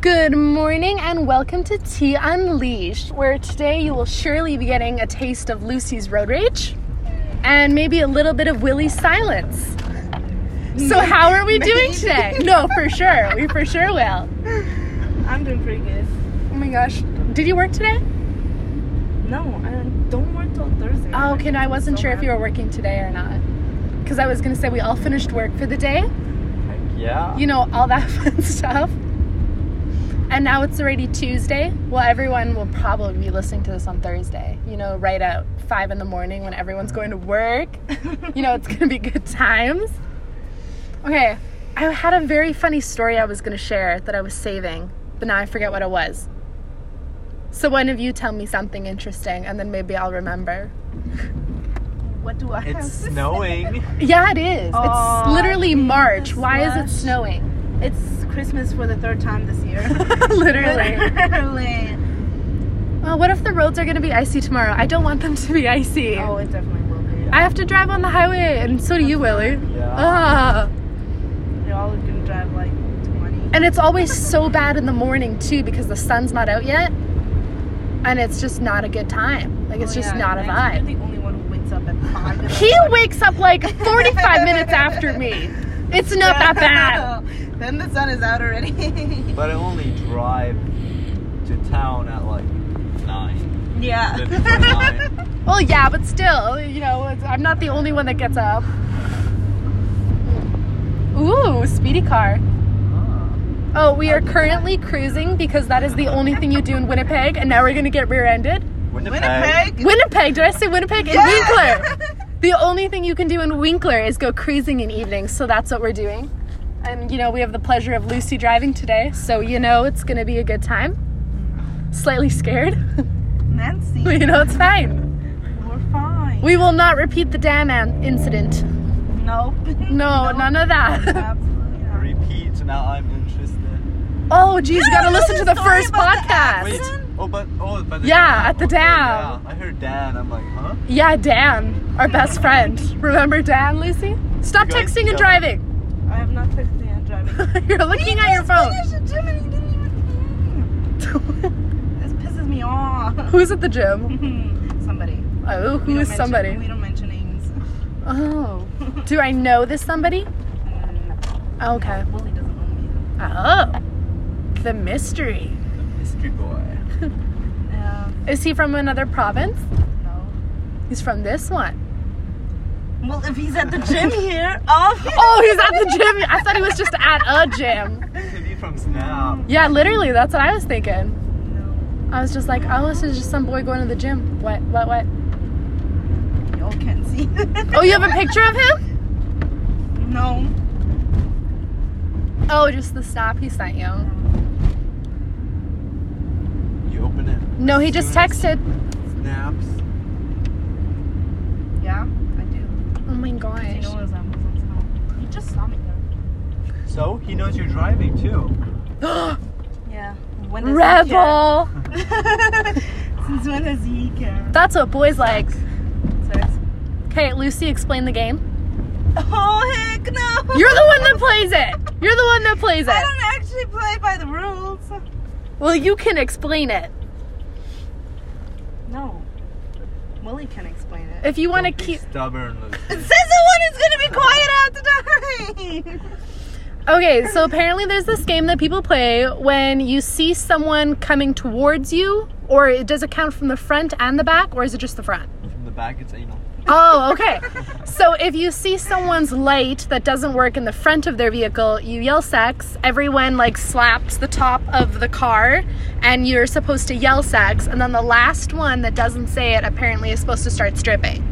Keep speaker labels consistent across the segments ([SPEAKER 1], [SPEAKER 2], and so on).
[SPEAKER 1] Good morning and welcome to Tea Unleashed, where today you will surely be getting a taste of Lucy's road rage and maybe a little bit of Willie's silence. So, how are we doing
[SPEAKER 2] Maybe.
[SPEAKER 1] today? No, for sure. We for sure will.
[SPEAKER 2] I'm doing pretty good.
[SPEAKER 1] Oh my gosh. Did you work today?
[SPEAKER 2] No, I don't- don't work till Thursday.
[SPEAKER 1] Oh, okay. No, I wasn't sure if you were working today or not. Because I was going to say we all finished work for the day,
[SPEAKER 3] Heck yeah.
[SPEAKER 1] you know, all that fun stuff. And now it's already Tuesday. Well, everyone will probably be listening to this on Thursday, you know, right at five in the morning when everyone's going to work. you know, it's going to be good times. Okay, I had a very funny story I was going to share that I was saving, but now I forget what it was. So, one of you tell me something interesting, and then maybe I'll remember.
[SPEAKER 2] What do I have?
[SPEAKER 3] It's
[SPEAKER 2] to say?
[SPEAKER 3] snowing.
[SPEAKER 1] Yeah, it is.
[SPEAKER 2] Aw,
[SPEAKER 1] it's literally March.
[SPEAKER 2] Jesus,
[SPEAKER 1] Why is it
[SPEAKER 2] March.
[SPEAKER 1] snowing?
[SPEAKER 2] It's Christmas for the third time this year.
[SPEAKER 1] literally.
[SPEAKER 2] Literally.
[SPEAKER 1] Well, what if the roads are going to be icy tomorrow? I don't want them to be icy.
[SPEAKER 2] Oh, it definitely will be.
[SPEAKER 1] I have to drive on the highway, and so do you, Willie.
[SPEAKER 3] Yeah.
[SPEAKER 1] Ah.
[SPEAKER 2] They all can drive like 20.
[SPEAKER 1] And it's always so bad in the morning, too, because the sun's not out yet. And it's just not a good time. Like, it's
[SPEAKER 2] Oh,
[SPEAKER 1] just
[SPEAKER 2] yeah,
[SPEAKER 1] not a
[SPEAKER 2] and
[SPEAKER 1] vibe.
[SPEAKER 2] You're the only one who wakes up at five. in the
[SPEAKER 1] He
[SPEAKER 2] morning.
[SPEAKER 1] wakes up like 45 minutes after me. It's not that bad.
[SPEAKER 2] then the sun is out already.
[SPEAKER 3] But I only drive to town at like nine.
[SPEAKER 2] yeah.
[SPEAKER 3] Bit before nine.
[SPEAKER 1] Well, yeah, but still, you know, it's, I'm not the only one that gets up. Ooh, speedy car.
[SPEAKER 3] Ah.
[SPEAKER 1] Oh, we are currently cruising because that is the only thing you do in Winnipeg, and now we're gonna get rear ended.
[SPEAKER 3] Winnipeg.
[SPEAKER 2] Winnipeg.
[SPEAKER 1] Winnipeg, did I say Winnipeg? In
[SPEAKER 2] Yeah.
[SPEAKER 1] Winkler! The only thing you can do in Winkler is go cruising in evenings, so that's what we're doing. And you know, we have the pleasure of Lucy driving today, so you know it's gonna be a good time. Slightly scared,
[SPEAKER 2] Nancy,
[SPEAKER 1] but you know it's fine.
[SPEAKER 2] we're fine.
[SPEAKER 1] We will not repeat the dam an- incident.
[SPEAKER 2] nope.
[SPEAKER 1] No, none of that.
[SPEAKER 2] Absolutely not.
[SPEAKER 3] Repeat. Now I'm interested.
[SPEAKER 1] Oh, geez, you gotta
[SPEAKER 2] Yeah,
[SPEAKER 1] listen to the
[SPEAKER 2] story
[SPEAKER 1] first
[SPEAKER 2] about the
[SPEAKER 1] podcast.
[SPEAKER 3] Wait. Oh, but oh, but the
[SPEAKER 1] Yeah,
[SPEAKER 3] dam.
[SPEAKER 1] at the
[SPEAKER 3] Okay,
[SPEAKER 1] dam.
[SPEAKER 3] yeah. I heard Dan. I'm like, huh?
[SPEAKER 1] Yeah, Dan, our best friend. Remember Dan, Lucy? Stop
[SPEAKER 3] You guys
[SPEAKER 1] texting and
[SPEAKER 3] don't-
[SPEAKER 1] driving.
[SPEAKER 2] I have not texted and driving.
[SPEAKER 1] You're looking at your phone.
[SPEAKER 2] Finish the gym and he didn't even. This pisses me off.
[SPEAKER 1] Who's at the gym?
[SPEAKER 2] somebody.
[SPEAKER 1] Oh, who
[SPEAKER 2] We don't
[SPEAKER 1] is
[SPEAKER 2] mention-
[SPEAKER 1] somebody?
[SPEAKER 2] We don't mention names.
[SPEAKER 1] Oh, do I know this somebody? Oh,
[SPEAKER 2] Mm, no.
[SPEAKER 1] Okay.
[SPEAKER 2] Willie doesn't know me.
[SPEAKER 1] Oh, the mystery.
[SPEAKER 3] The mystery boy.
[SPEAKER 2] Uh,
[SPEAKER 1] Is he from another province?
[SPEAKER 2] no.
[SPEAKER 1] He's from this one.
[SPEAKER 2] Well, if he's at the gym here, obviously.
[SPEAKER 1] Oh, he's at the gym. I thought he was just at a gym.
[SPEAKER 3] Could be from Snap.
[SPEAKER 1] Yeah, literally, that's what I was thinking.
[SPEAKER 2] No.
[SPEAKER 1] I was just like, oh, this is just some boy going to the gym. What, what, what?
[SPEAKER 2] You all can't see.
[SPEAKER 1] Oh, you have a picture of him?
[SPEAKER 2] No.
[SPEAKER 1] Oh, just the snap he sent you.
[SPEAKER 3] You open it.
[SPEAKER 1] No, he just texted.
[SPEAKER 3] Snaps.
[SPEAKER 2] Yeah, I do.
[SPEAKER 1] Oh my
[SPEAKER 2] He
[SPEAKER 1] gosh.
[SPEAKER 2] knows I'm He just saw me there.
[SPEAKER 3] So he knows you're driving too.
[SPEAKER 2] Yeah. When does he care?
[SPEAKER 1] Rebel!
[SPEAKER 2] Since when does he care?
[SPEAKER 1] That's what boys like.
[SPEAKER 2] Sex.
[SPEAKER 1] Okay, Lucy, explain the game.
[SPEAKER 2] Oh heck no!
[SPEAKER 1] You're the one that plays it. You're the one that plays
[SPEAKER 2] I
[SPEAKER 1] it.
[SPEAKER 2] don't actually play by the rules.
[SPEAKER 1] Well, you can explain it.
[SPEAKER 2] No. Willie can explain it.
[SPEAKER 1] If you want to
[SPEAKER 3] Don't be
[SPEAKER 1] keep.
[SPEAKER 3] stubborn.
[SPEAKER 2] It
[SPEAKER 3] Lucy.
[SPEAKER 2] says the one who's gonna be quiet after time.
[SPEAKER 1] Okay, so apparently there's this game that people play when you see someone coming towards you, or it does it count from the front and the back, or is it just the front?
[SPEAKER 3] From the back, it's anal.
[SPEAKER 1] Oh, okay. So if you see someone's light that doesn't work in the front of their vehicle, you yell sex. Everyone like slaps the top of the car and you're supposed to yell sex and then the last one that doesn't say it apparently is supposed to start stripping.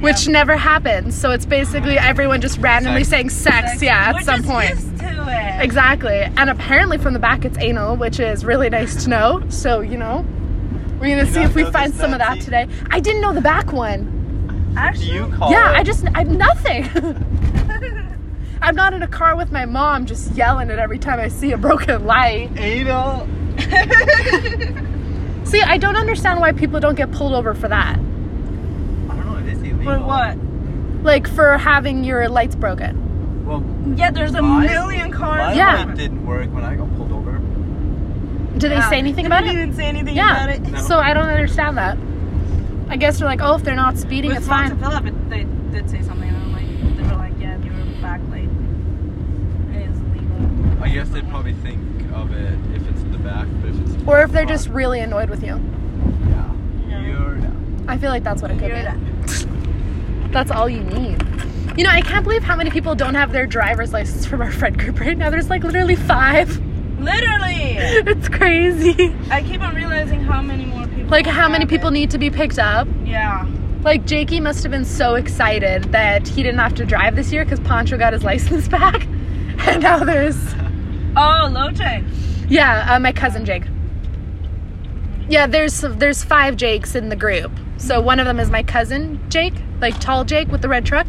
[SPEAKER 1] Which never happens. So it's basically everyone just randomly
[SPEAKER 3] Sex.
[SPEAKER 1] saying sex, yeah, at
[SPEAKER 2] We're
[SPEAKER 1] some
[SPEAKER 2] just
[SPEAKER 1] point.
[SPEAKER 2] Used to it.
[SPEAKER 1] Exactly. And apparently from the back it's anal, which is really nice to know. So, you know, we're going to
[SPEAKER 3] You
[SPEAKER 1] see if
[SPEAKER 3] don't
[SPEAKER 1] we
[SPEAKER 3] know
[SPEAKER 1] find
[SPEAKER 3] this,
[SPEAKER 1] some of that
[SPEAKER 3] Nancy?
[SPEAKER 1] today. I didn't know the back one.
[SPEAKER 3] Do
[SPEAKER 2] Actually,
[SPEAKER 3] you call
[SPEAKER 1] Yeah,
[SPEAKER 2] Oh.
[SPEAKER 3] it?
[SPEAKER 1] I just I'm nothing. I'm not in a car with my mom just yelling at every time I see a broken light.
[SPEAKER 3] Anal.
[SPEAKER 1] See, I don't understand why people don't get pulled over for that.
[SPEAKER 3] I don't know. It is illegal.
[SPEAKER 2] for what?
[SPEAKER 1] Like for having your lights broken.
[SPEAKER 3] Well,
[SPEAKER 2] Yeah, there's a
[SPEAKER 3] My-
[SPEAKER 2] million
[SPEAKER 3] My
[SPEAKER 2] cars.
[SPEAKER 1] Yeah.
[SPEAKER 3] light didn't work when I got pulled over.
[SPEAKER 1] do they
[SPEAKER 2] Wow.
[SPEAKER 1] say anything about
[SPEAKER 2] They
[SPEAKER 1] it?
[SPEAKER 2] didn't even say anything
[SPEAKER 1] Yeah.
[SPEAKER 2] about it.
[SPEAKER 3] No.
[SPEAKER 1] So I don't understand that. I guess they're like, oh, if they're not speeding,
[SPEAKER 2] With
[SPEAKER 1] it's
[SPEAKER 2] Swan
[SPEAKER 1] fine.
[SPEAKER 2] to Phillip, it, they did say something, and like, they were like, yeah, you were back late. It is legal.
[SPEAKER 3] I guess they'd probably think of it if it's in the back, but if it's
[SPEAKER 1] Or if they're just
[SPEAKER 3] front,
[SPEAKER 1] really annoyed with you.
[SPEAKER 3] yeah,
[SPEAKER 2] Yeah.
[SPEAKER 3] you're
[SPEAKER 1] I feel like that's what it could
[SPEAKER 2] You're that-
[SPEAKER 1] be. That's all you need. You know, I can't believe how many people don't have their driver's license from our friend group right now. There's like literally five.
[SPEAKER 2] Literally!
[SPEAKER 1] It's crazy.
[SPEAKER 2] I keep on realizing how many more people.
[SPEAKER 1] Like, how many
[SPEAKER 2] have
[SPEAKER 1] people
[SPEAKER 2] it.
[SPEAKER 1] need to be picked up?
[SPEAKER 2] Yeah.
[SPEAKER 1] Like, Jakey must have been so excited that he didn't have to drive this year because Pancho got his license back. And now there's.
[SPEAKER 2] Oh, Loche.
[SPEAKER 1] Yeah, uh, my cousin Jake. Yeah, there's there's five Jakes in the group. So one of them is my cousin Jake, like tall Jake with the red truck.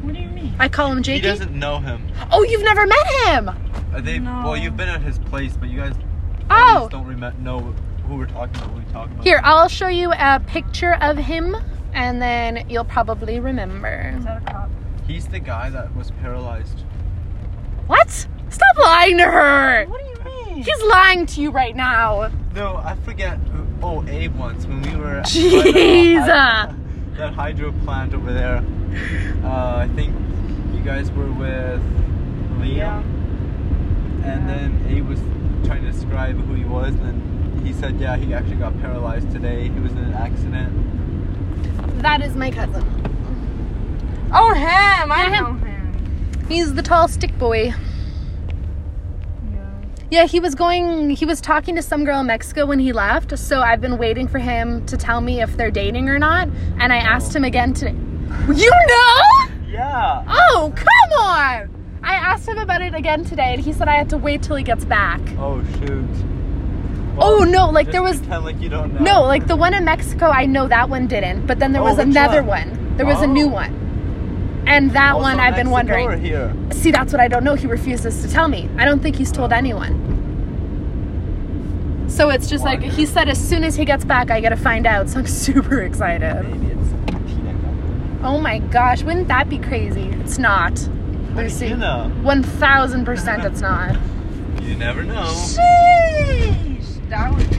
[SPEAKER 2] What do you mean?
[SPEAKER 1] I call him
[SPEAKER 3] He
[SPEAKER 1] Jakey.
[SPEAKER 3] doesn't know him.
[SPEAKER 1] Oh, you've never met him.
[SPEAKER 3] Are they?
[SPEAKER 2] No.
[SPEAKER 3] Well, you've been at his place, but you guys at
[SPEAKER 1] Oh,
[SPEAKER 3] least don't rem- know who we're talking about. When we talk about
[SPEAKER 1] here I'll show you a picture of him, and then you'll probably remember.
[SPEAKER 2] Is that a cop?
[SPEAKER 3] He's the guy that was paralyzed.
[SPEAKER 1] What? Stop lying to her.
[SPEAKER 2] What do you mean?
[SPEAKER 1] He's lying to you right now.
[SPEAKER 3] No, I forget. Who, oh, Abe once when we were.
[SPEAKER 1] Jeez. uh.
[SPEAKER 3] by that hy- That hydro plant over there. Uh, I think you guys were with Liam,
[SPEAKER 2] Yeah.
[SPEAKER 3] and then Abe was trying to describe who he was, and then he said, "Yeah, he actually got paralyzed today. He was in an accident."
[SPEAKER 1] That is my cousin.
[SPEAKER 2] Oh, him! I
[SPEAKER 1] Yeah,
[SPEAKER 2] know
[SPEAKER 1] him.
[SPEAKER 2] him.
[SPEAKER 1] He's the tall stick boy.
[SPEAKER 2] Yeah.
[SPEAKER 1] Yeah, he was going, he was talking to some girl in Mexico when he left. So I've been waiting for him to tell me if they're dating or not. And I asked him again today. You know?
[SPEAKER 3] Yeah.
[SPEAKER 1] Oh, come on! I asked him about it again today, and he said I had to wait till he gets back.
[SPEAKER 3] Oh shoot.
[SPEAKER 1] Oh, no, like, there
[SPEAKER 3] just
[SPEAKER 1] was-
[SPEAKER 3] pretend like you don't know.
[SPEAKER 1] No, like the one in Mexico, I know that one didn't, but then there
[SPEAKER 3] Oh,
[SPEAKER 1] was
[SPEAKER 3] which
[SPEAKER 1] another
[SPEAKER 3] one?
[SPEAKER 1] one. There was a new
[SPEAKER 3] Oh.
[SPEAKER 1] one. And that
[SPEAKER 3] Also
[SPEAKER 1] one I've been
[SPEAKER 3] Mexico
[SPEAKER 1] wondering.
[SPEAKER 3] Or here.
[SPEAKER 1] See, that's what I don't know. He refuses to tell me. I don't think he's told anyone. So it's just like he said, as soon as he gets back, I gotta find out. So I'm super excited.
[SPEAKER 3] Maybe it's Tina.
[SPEAKER 1] Oh my gosh, wouldn't that be crazy? It's not. Lucy.
[SPEAKER 3] You know.
[SPEAKER 1] 1000% it's not.
[SPEAKER 3] You never know.
[SPEAKER 2] Sheesh! That would be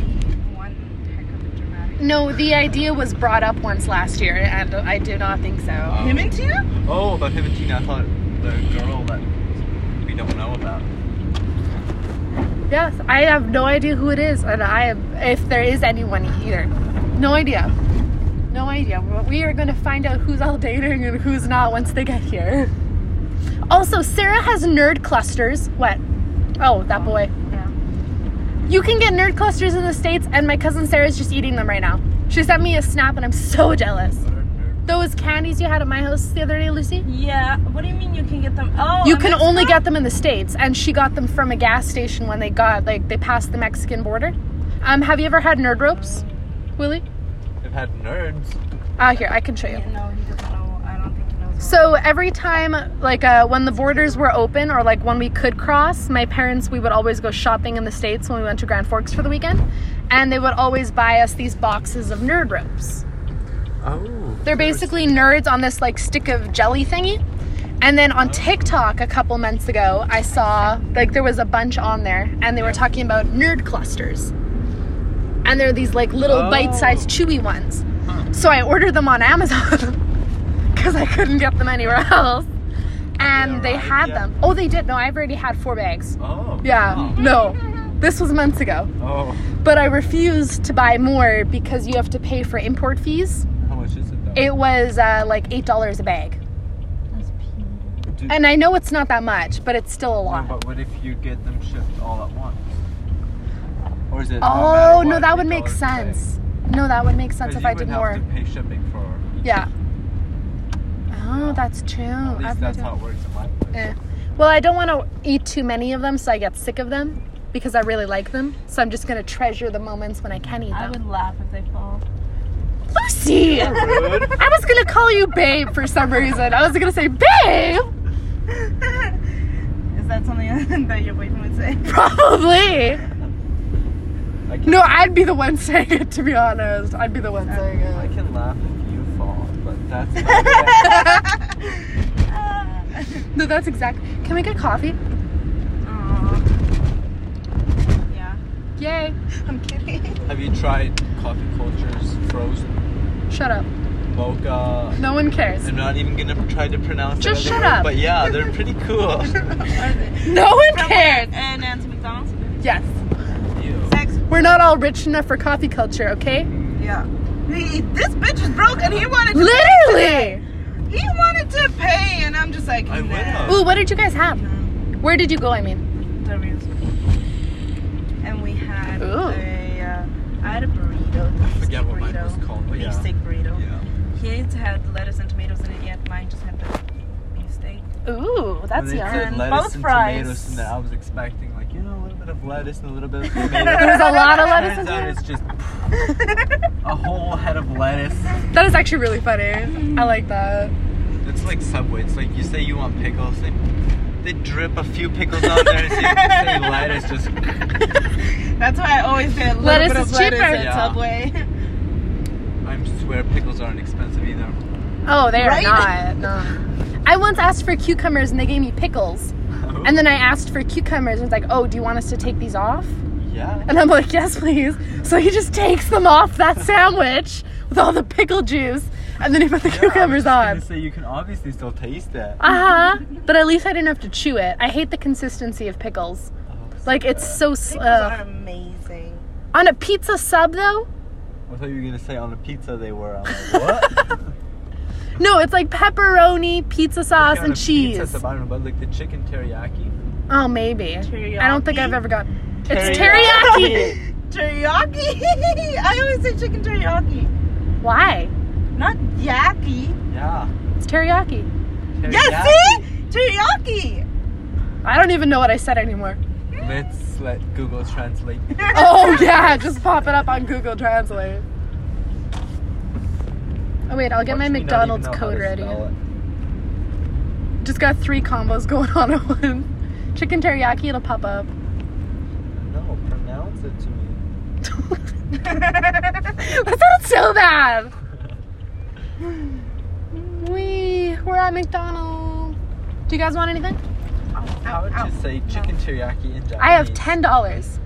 [SPEAKER 2] one heck of a dramatic.
[SPEAKER 1] No, the idea was brought up once last year, and I do not think so.
[SPEAKER 3] Oh.
[SPEAKER 2] Him and Tina?
[SPEAKER 3] Oh, about him and Tina. I thought the girl that we don't know about.
[SPEAKER 1] Yes, I have no idea who it is, and I am, if there is anyone either. No idea. No idea. But We are going to find out who's all dating and who's not once they get here. Also, Sarah has nerd clusters. What? Oh, that boy.
[SPEAKER 2] Yeah.
[SPEAKER 1] You can get nerd clusters in the States, and my cousin Sarah's just eating them right now. She sent me a snap, and I'm so jealous. Those candies you had at my house the other day, Lucy?
[SPEAKER 2] Yeah. What do you mean you can get them? Oh,
[SPEAKER 1] You
[SPEAKER 2] in
[SPEAKER 1] can
[SPEAKER 2] Mexico?
[SPEAKER 1] only get them in the States, and she got them from a gas station when they got like they passed the Mexican border. Um, have you ever had nerd ropes, Willie?
[SPEAKER 3] I've had nerds.
[SPEAKER 1] Ah, here I can show you.
[SPEAKER 2] Yeah, no, he doesn't know. I don't think he knows.
[SPEAKER 1] So every time, like uh, when the borders were open or like when we could cross, my parents we would always go shopping in the states when we went to Grand Forks for the weekend, and they would always buy us these boxes of nerd ropes.
[SPEAKER 3] Oh.
[SPEAKER 1] They're basically nerds on this like stick of jelly thingy. And then on TikTok a couple months ago, I saw like there was a bunch on there and they were talking about nerd clusters. And they're these like little
[SPEAKER 3] Oh.
[SPEAKER 1] bite-sized chewy ones. So I ordered them on Amazon cuz I couldn't get them anywhere else. And
[SPEAKER 3] they
[SPEAKER 1] they
[SPEAKER 3] arrived
[SPEAKER 1] had
[SPEAKER 3] yet?
[SPEAKER 1] them. Oh, they did. No, I've already had four bags.
[SPEAKER 3] Oh.
[SPEAKER 1] Yeah.
[SPEAKER 3] Oh.
[SPEAKER 1] No. This was months ago.
[SPEAKER 3] Oh.
[SPEAKER 1] But I refused to buy more because you have to pay for import fees.
[SPEAKER 3] How much is it though?
[SPEAKER 1] It was uh, like eight dollars a bag,
[SPEAKER 3] Do-
[SPEAKER 1] and I know it's not that much, but it's still a
[SPEAKER 3] No,
[SPEAKER 1] lot.
[SPEAKER 3] but what if you get them shipped all at once? Or is it? no matter
[SPEAKER 1] Oh no,
[SPEAKER 3] what,
[SPEAKER 1] that would make
[SPEAKER 3] $8 a day?
[SPEAKER 1] sense. No, that would make sense
[SPEAKER 3] 'Cause
[SPEAKER 1] if
[SPEAKER 3] you
[SPEAKER 1] I
[SPEAKER 3] would
[SPEAKER 1] did
[SPEAKER 3] have
[SPEAKER 1] more.
[SPEAKER 3] to pay shipping for. each-
[SPEAKER 1] Yeah. Oh, that's true.
[SPEAKER 3] At
[SPEAKER 1] I've
[SPEAKER 3] least that's
[SPEAKER 1] been
[SPEAKER 3] how it works in my place.
[SPEAKER 1] doing- Eh. Well, I don't want to eat too many of them, so I get sick of them because I really like them. So I'm just gonna treasure the moments when I can eat
[SPEAKER 2] I
[SPEAKER 1] them.
[SPEAKER 2] would laugh if they fall.
[SPEAKER 1] Lucy,
[SPEAKER 3] rude.
[SPEAKER 1] I was gonna call you babe for some reason. I was gonna say babe,
[SPEAKER 2] Is that something that your boyfriend would say?
[SPEAKER 1] probably.
[SPEAKER 3] I can,
[SPEAKER 1] No, I'd be the one saying it. To be honest, I'd be the one saying it.
[SPEAKER 3] I can laugh if you fall, but that's. Not
[SPEAKER 1] No, that's exact. Can we get coffee?
[SPEAKER 2] Aw. Yeah. I'm kidding.
[SPEAKER 3] Have you tried coffee cultures, frozen,
[SPEAKER 1] Shut up.
[SPEAKER 3] mocha?
[SPEAKER 1] No one cares.
[SPEAKER 3] I'm not even gonna try to pronounce. the
[SPEAKER 1] Just
[SPEAKER 3] other
[SPEAKER 1] shut
[SPEAKER 3] word,
[SPEAKER 1] up.
[SPEAKER 3] But yeah, they're pretty cool.
[SPEAKER 2] Are they?
[SPEAKER 1] No one
[SPEAKER 2] From
[SPEAKER 1] cares.
[SPEAKER 2] where? Uh, Nancy McDonald's.
[SPEAKER 1] Yes.
[SPEAKER 3] Ew.
[SPEAKER 2] Sex.
[SPEAKER 1] We're not all rich enough for coffee culture, okay?
[SPEAKER 2] Yeah. He, this bitch is broke and he wanted to
[SPEAKER 1] Literally.
[SPEAKER 2] he wanted to pay and I'm just like
[SPEAKER 3] I
[SPEAKER 2] nah.
[SPEAKER 3] would've.
[SPEAKER 1] Ooh, what did you guys have?
[SPEAKER 2] No,
[SPEAKER 1] Where did you go? I mean,
[SPEAKER 2] the real school. And we had
[SPEAKER 1] Ooh.
[SPEAKER 2] a uh, I had a burrito.
[SPEAKER 3] I
[SPEAKER 2] beef
[SPEAKER 3] forget
[SPEAKER 2] steak
[SPEAKER 3] what mine
[SPEAKER 2] burrito,
[SPEAKER 3] was called, but
[SPEAKER 2] Beef
[SPEAKER 3] yeah.
[SPEAKER 2] steak burrito.
[SPEAKER 3] Yeah.
[SPEAKER 2] His had lettuce and tomatoes in it, yet mine just had the beef steak.
[SPEAKER 1] ooh, that's
[SPEAKER 3] when they
[SPEAKER 1] yum.
[SPEAKER 2] could-
[SPEAKER 3] said
[SPEAKER 2] And
[SPEAKER 3] lettuce
[SPEAKER 2] both
[SPEAKER 3] and
[SPEAKER 2] fries.
[SPEAKER 3] tomatoes, and that I was expecting like you know a little bit of lettuce and a little bit of
[SPEAKER 1] There was
[SPEAKER 3] tomatoes.
[SPEAKER 1] a lot of lettuce in
[SPEAKER 3] Turns out
[SPEAKER 1] there.
[SPEAKER 3] it's just a whole head of lettuce.
[SPEAKER 1] That is actually really funny. I like that.
[SPEAKER 3] It's like Subway. It's like you say you want pickles, they they drip a few pickles on there, and so you say lettuce just.
[SPEAKER 2] That's why I always get a little
[SPEAKER 1] Lettuce
[SPEAKER 2] bit of
[SPEAKER 1] is
[SPEAKER 2] lettuce
[SPEAKER 1] cheaper.
[SPEAKER 2] at
[SPEAKER 3] Yeah.
[SPEAKER 2] Subway.
[SPEAKER 3] I swear pickles aren't expensive either.
[SPEAKER 1] Oh, they are
[SPEAKER 2] Right?
[SPEAKER 1] not. No. I once asked for cucumbers and they gave me pickles.
[SPEAKER 3] Oh,
[SPEAKER 1] And then I asked for cucumbers and it's like, oh, do you want us to take these off?
[SPEAKER 3] yeah.
[SPEAKER 1] And I'm like, yes, please. So he just takes them off that sandwich with all the pickle juice and then he put the cucumbers
[SPEAKER 3] yeah, I
[SPEAKER 1] on.
[SPEAKER 3] was just gonna say you can obviously still taste it.
[SPEAKER 1] Uh huh. But at least I didn't have to chew it. I hate the consistency of pickles. Like, it's so. s-
[SPEAKER 2] Pickles
[SPEAKER 1] Uh,
[SPEAKER 2] are amazing.
[SPEAKER 1] on a pizza sub, though?
[SPEAKER 3] I thought you were gonna say on a pizza they were. I'm like, what?
[SPEAKER 1] No, it's like pepperoni, pizza sauce,
[SPEAKER 3] On a
[SPEAKER 1] and cheese.
[SPEAKER 3] Pizza, so I don't know, but like the chicken teriyaki.
[SPEAKER 1] Oh, maybe. I don't think
[SPEAKER 2] Teriyaki?
[SPEAKER 1] I've ever got. It's
[SPEAKER 3] Teriyaki.
[SPEAKER 1] teriyaki.
[SPEAKER 2] Teriyaki. I always say chicken teriyaki,
[SPEAKER 1] Why?
[SPEAKER 2] not yaki.
[SPEAKER 3] Yeah.
[SPEAKER 1] It's teriyaki.
[SPEAKER 2] Yeah, see, teriyaki.
[SPEAKER 1] I don't even know what I said anymore.
[SPEAKER 3] Let's let Google translate.
[SPEAKER 1] Oh yeah, just pop it up on Google Translate. Oh wait, I'll get my
[SPEAKER 3] Watch me not even
[SPEAKER 1] McDonald's
[SPEAKER 3] know how
[SPEAKER 1] code
[SPEAKER 3] to
[SPEAKER 1] ready.
[SPEAKER 3] spell it.
[SPEAKER 1] Just got three combos going on at once. Chicken teriyaki, it'll pop up.
[SPEAKER 3] No, pronounce it to me.
[SPEAKER 1] That sounded so bad. We we're at McDonald's. Do you guys want anything?
[SPEAKER 3] How would you say chicken teriyaki in Japanese?
[SPEAKER 1] I have ten dollars.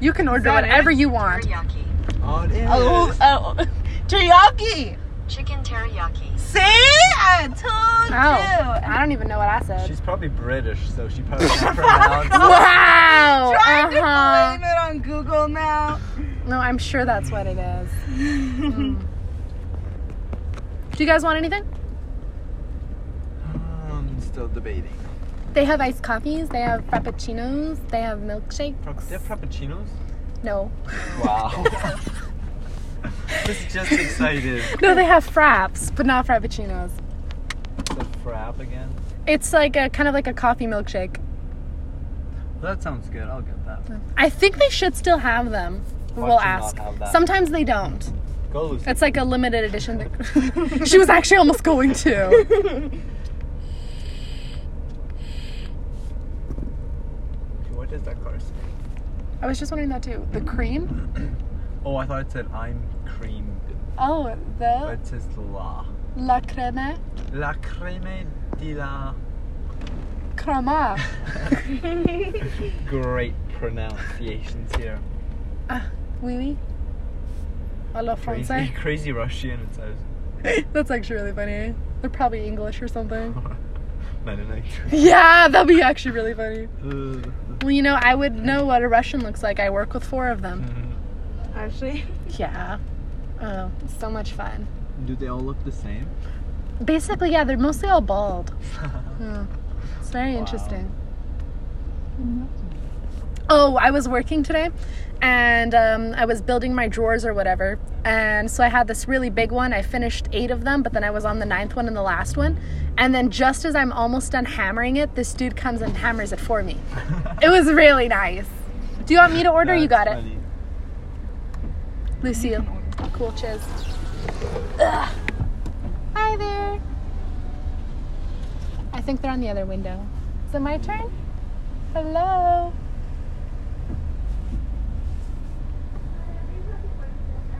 [SPEAKER 1] You can order
[SPEAKER 2] that
[SPEAKER 1] whatever
[SPEAKER 2] it?
[SPEAKER 1] you want.
[SPEAKER 4] Teriyaki.
[SPEAKER 3] Oh, it is.
[SPEAKER 2] Oh, oh, teriyaki.
[SPEAKER 4] Chicken teriyaki.
[SPEAKER 2] See, I told
[SPEAKER 1] Oh,
[SPEAKER 2] you.
[SPEAKER 1] I don't even know what I said.
[SPEAKER 3] She's probably British, so she probably Um, can't pronounce.
[SPEAKER 1] wow.
[SPEAKER 2] Trying
[SPEAKER 1] uh-huh.
[SPEAKER 2] to blame it on Google now.
[SPEAKER 1] No, I'm sure that's what it is. Mm. Do you guys want anything?
[SPEAKER 3] I'm still debating.
[SPEAKER 1] They have iced coffees, they have frappuccinos, they have milkshake.
[SPEAKER 3] Fra- They're frappuccinos.
[SPEAKER 1] No.
[SPEAKER 3] Wow. Just, just excited.
[SPEAKER 1] No, they have fraps, but not frappuccinos.
[SPEAKER 3] The frap again.
[SPEAKER 1] It's like a kind of like a coffee milkshake.
[SPEAKER 3] Well, that sounds good. I'll get that.
[SPEAKER 1] I think they should still have them. We'll
[SPEAKER 3] Why do you not
[SPEAKER 1] ask.
[SPEAKER 3] have that?
[SPEAKER 1] Sometimes they don't.
[SPEAKER 3] Go, Lucy.
[SPEAKER 1] It's like a limited edition. thing. she was actually almost going to.
[SPEAKER 3] What is that car saying?
[SPEAKER 1] I was just wondering that too. The cream?
[SPEAKER 3] Oh, I thought it said I'm creamed,
[SPEAKER 1] Oh,
[SPEAKER 3] but
[SPEAKER 1] the
[SPEAKER 3] it says la.
[SPEAKER 1] la creme
[SPEAKER 3] La creme de la.
[SPEAKER 1] crema.
[SPEAKER 3] Great pronunciations here.
[SPEAKER 1] Oui, oui. A la
[SPEAKER 3] Crazy,
[SPEAKER 1] française.
[SPEAKER 3] crazy Russian, it says.
[SPEAKER 1] That's actually really funny. They're probably English or something.
[SPEAKER 3] Mennonite.
[SPEAKER 1] Yeah, that'd be actually really funny.
[SPEAKER 3] Ugh.
[SPEAKER 1] Well, you know, I would know what a Russian looks like. I work with four of them.
[SPEAKER 2] Actually,
[SPEAKER 1] Yeah. Oh, so much fun.
[SPEAKER 3] Do they all look the same?
[SPEAKER 1] Basically, yeah, they're mostly all bald. Yeah. It's very interesting. Oh, I was working today and um, I was building my drawers or whatever. And so I had this really big one. I finished eight of them, but then I was on the ninth one and the last one. And then just as I'm almost done hammering it, this dude comes and hammers it for me. it was really nice. Do you want me to order? you got it. Lucille. Cool, cheers. Ugh. Hi there. I think they're on the other window. Is it my turn? Hello.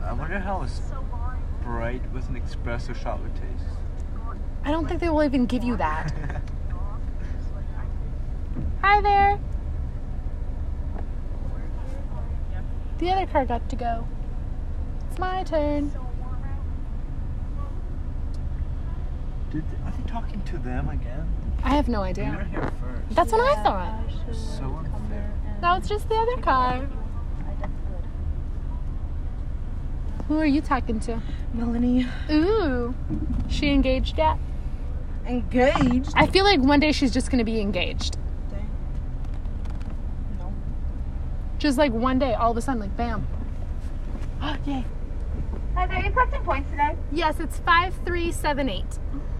[SPEAKER 3] I wonder how a Sprite with an espresso shot would taste.
[SPEAKER 1] I don't think they will even give you that. Hi there. The other car got to go. It's my turn.
[SPEAKER 3] Did, are they talking to them again?
[SPEAKER 1] I have no
[SPEAKER 3] We were
[SPEAKER 1] idea.
[SPEAKER 3] here first.
[SPEAKER 1] That's what I thought.
[SPEAKER 3] So unfair.
[SPEAKER 1] That was just the other car. Who are you talking to?
[SPEAKER 2] Melanie
[SPEAKER 1] Ooh. She engaged yet?
[SPEAKER 2] engaged.
[SPEAKER 1] I feel like one day she's just gonna be engaged.
[SPEAKER 2] No.
[SPEAKER 1] Just like one day, all of a sudden, like bam. Oh, yay.
[SPEAKER 4] Guys, are you collecting points today?
[SPEAKER 1] Yes, it's 5378.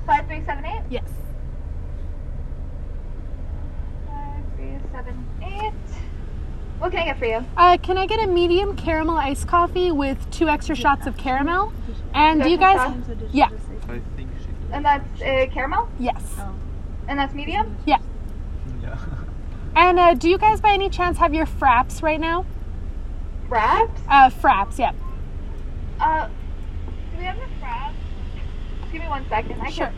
[SPEAKER 4] Five, three, seven, eight.
[SPEAKER 1] Yes.
[SPEAKER 4] Five, three, seven, eight. What can I get for you?
[SPEAKER 1] Uh, can I get a medium caramel iced coffee with two extra shots of caramel? And do you guys. Yeah.
[SPEAKER 3] I think she did.
[SPEAKER 4] And that's uh, caramel.
[SPEAKER 1] Yes.
[SPEAKER 4] And that's medium.
[SPEAKER 3] Yeah.
[SPEAKER 1] And uh, do you guys by any chance have your fraps right now?
[SPEAKER 4] Wraps.
[SPEAKER 1] Uh, fraps, yep.
[SPEAKER 4] Uh, do we have the wraps? Give me one second. I
[SPEAKER 1] Sure.
[SPEAKER 4] can.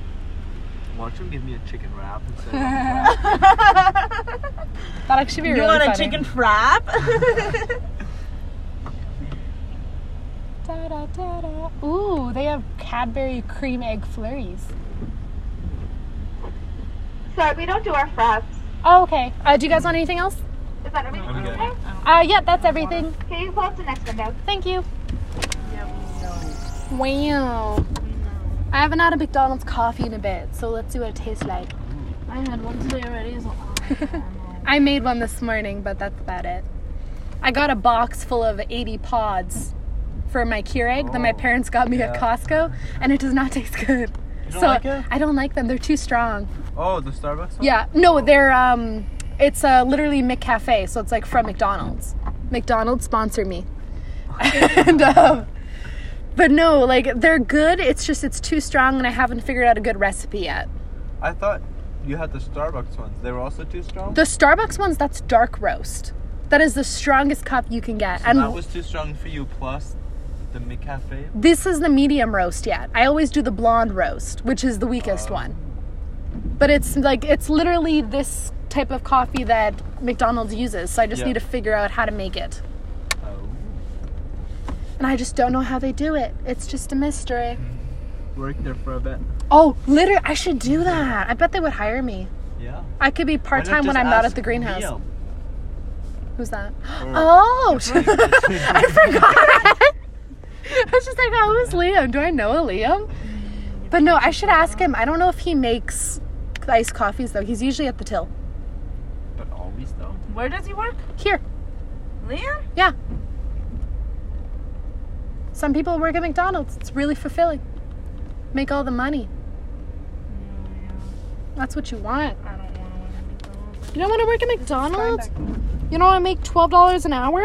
[SPEAKER 3] Watch him give me a chicken wrap and say,
[SPEAKER 1] That actually be
[SPEAKER 2] You
[SPEAKER 1] really
[SPEAKER 2] want a
[SPEAKER 1] funny.
[SPEAKER 2] chicken frap?
[SPEAKER 1] Da, da, da, da. Ooh, they have Cadbury cream egg flurries.
[SPEAKER 4] Sorry, we don't do our wraps.
[SPEAKER 1] Oh, okay. Uh, do you guys want anything else?
[SPEAKER 4] Is that everything?
[SPEAKER 3] I'm good.
[SPEAKER 4] Okay.
[SPEAKER 1] Uh, yeah, that's everything.
[SPEAKER 4] Okay, you pull up the next window.
[SPEAKER 1] Thank you. Wow. I haven't had a McDonald's coffee in a bit, so let's see what it tastes like.
[SPEAKER 2] I had one today already. So
[SPEAKER 1] I made one this morning, but that's about it. I got a box full of 80 pods for my Keurig that my
[SPEAKER 3] Oh,
[SPEAKER 1] parents got me at
[SPEAKER 3] yeah.
[SPEAKER 1] Costco, and it does not taste good.
[SPEAKER 3] You don't
[SPEAKER 1] so
[SPEAKER 3] like it?
[SPEAKER 1] I don't like them. They're too strong.
[SPEAKER 3] Oh, the Starbucks one?
[SPEAKER 1] Yeah, no, they're um, it's uh, literally McCafe, so it's like from McDonald's. McDonald's sponsor me, and um, but no, like they're good. It's just it's too strong, and I haven't figured out a good recipe yet.
[SPEAKER 3] I thought you had the Starbucks ones. They were also too strong?
[SPEAKER 1] The Starbucks ones, that's dark roast. That is the strongest cup you can get, and
[SPEAKER 3] that was too strong for you, plus the McCafe.
[SPEAKER 1] this is the medium roast yet. I always do the blonde roast, which is the weakest
[SPEAKER 3] Oh.
[SPEAKER 1] one. But it's like it's literally this type of coffee that McDonald's uses, so I just
[SPEAKER 3] Yeah.
[SPEAKER 1] need to figure out how to make it.
[SPEAKER 3] Oh.
[SPEAKER 1] and I just don't know how they do it. It's just a mystery.
[SPEAKER 3] Work there for a bit.
[SPEAKER 1] Oh, literally, I should do that. I bet they would hire me.
[SPEAKER 3] Yeah.
[SPEAKER 1] I could be part time when I'm not at the greenhouse. Who's that? Oh, I forgot. I was just like, oh, who's Liam? Do I know a Liam? But no, I should ask him. I don't know if he makes iced coffees though. He's usually at the till.
[SPEAKER 3] But always though.
[SPEAKER 2] Where does he work?
[SPEAKER 1] Here,
[SPEAKER 2] Leon?
[SPEAKER 1] yeah. Some people work at McDonald's. It's really fulfilling. Make all the money. That's what you want.
[SPEAKER 2] I don't want to win
[SPEAKER 1] You don't want to work at McDonald's? You don't want to make twelve dollars an hour?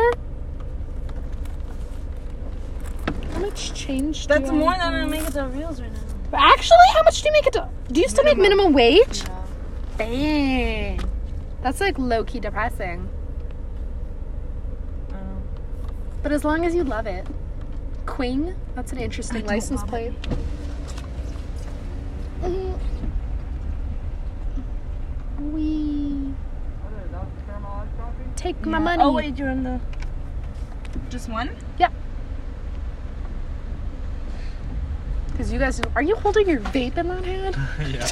[SPEAKER 1] How much change? do
[SPEAKER 2] That's
[SPEAKER 1] you
[SPEAKER 2] more
[SPEAKER 1] have?
[SPEAKER 2] than I'm making to reels right now.
[SPEAKER 1] Actually, how much do you make it? To, do you still make minimum wage? Dang, that's like low key depressing. Oh. But as long as you love it, Quing. That's an interesting license plate. Mhm. Wee. Take my money.
[SPEAKER 2] Oh wait, you're in the. Just one?
[SPEAKER 1] Because you guys, are you holding your vape in that hand?
[SPEAKER 3] yeah.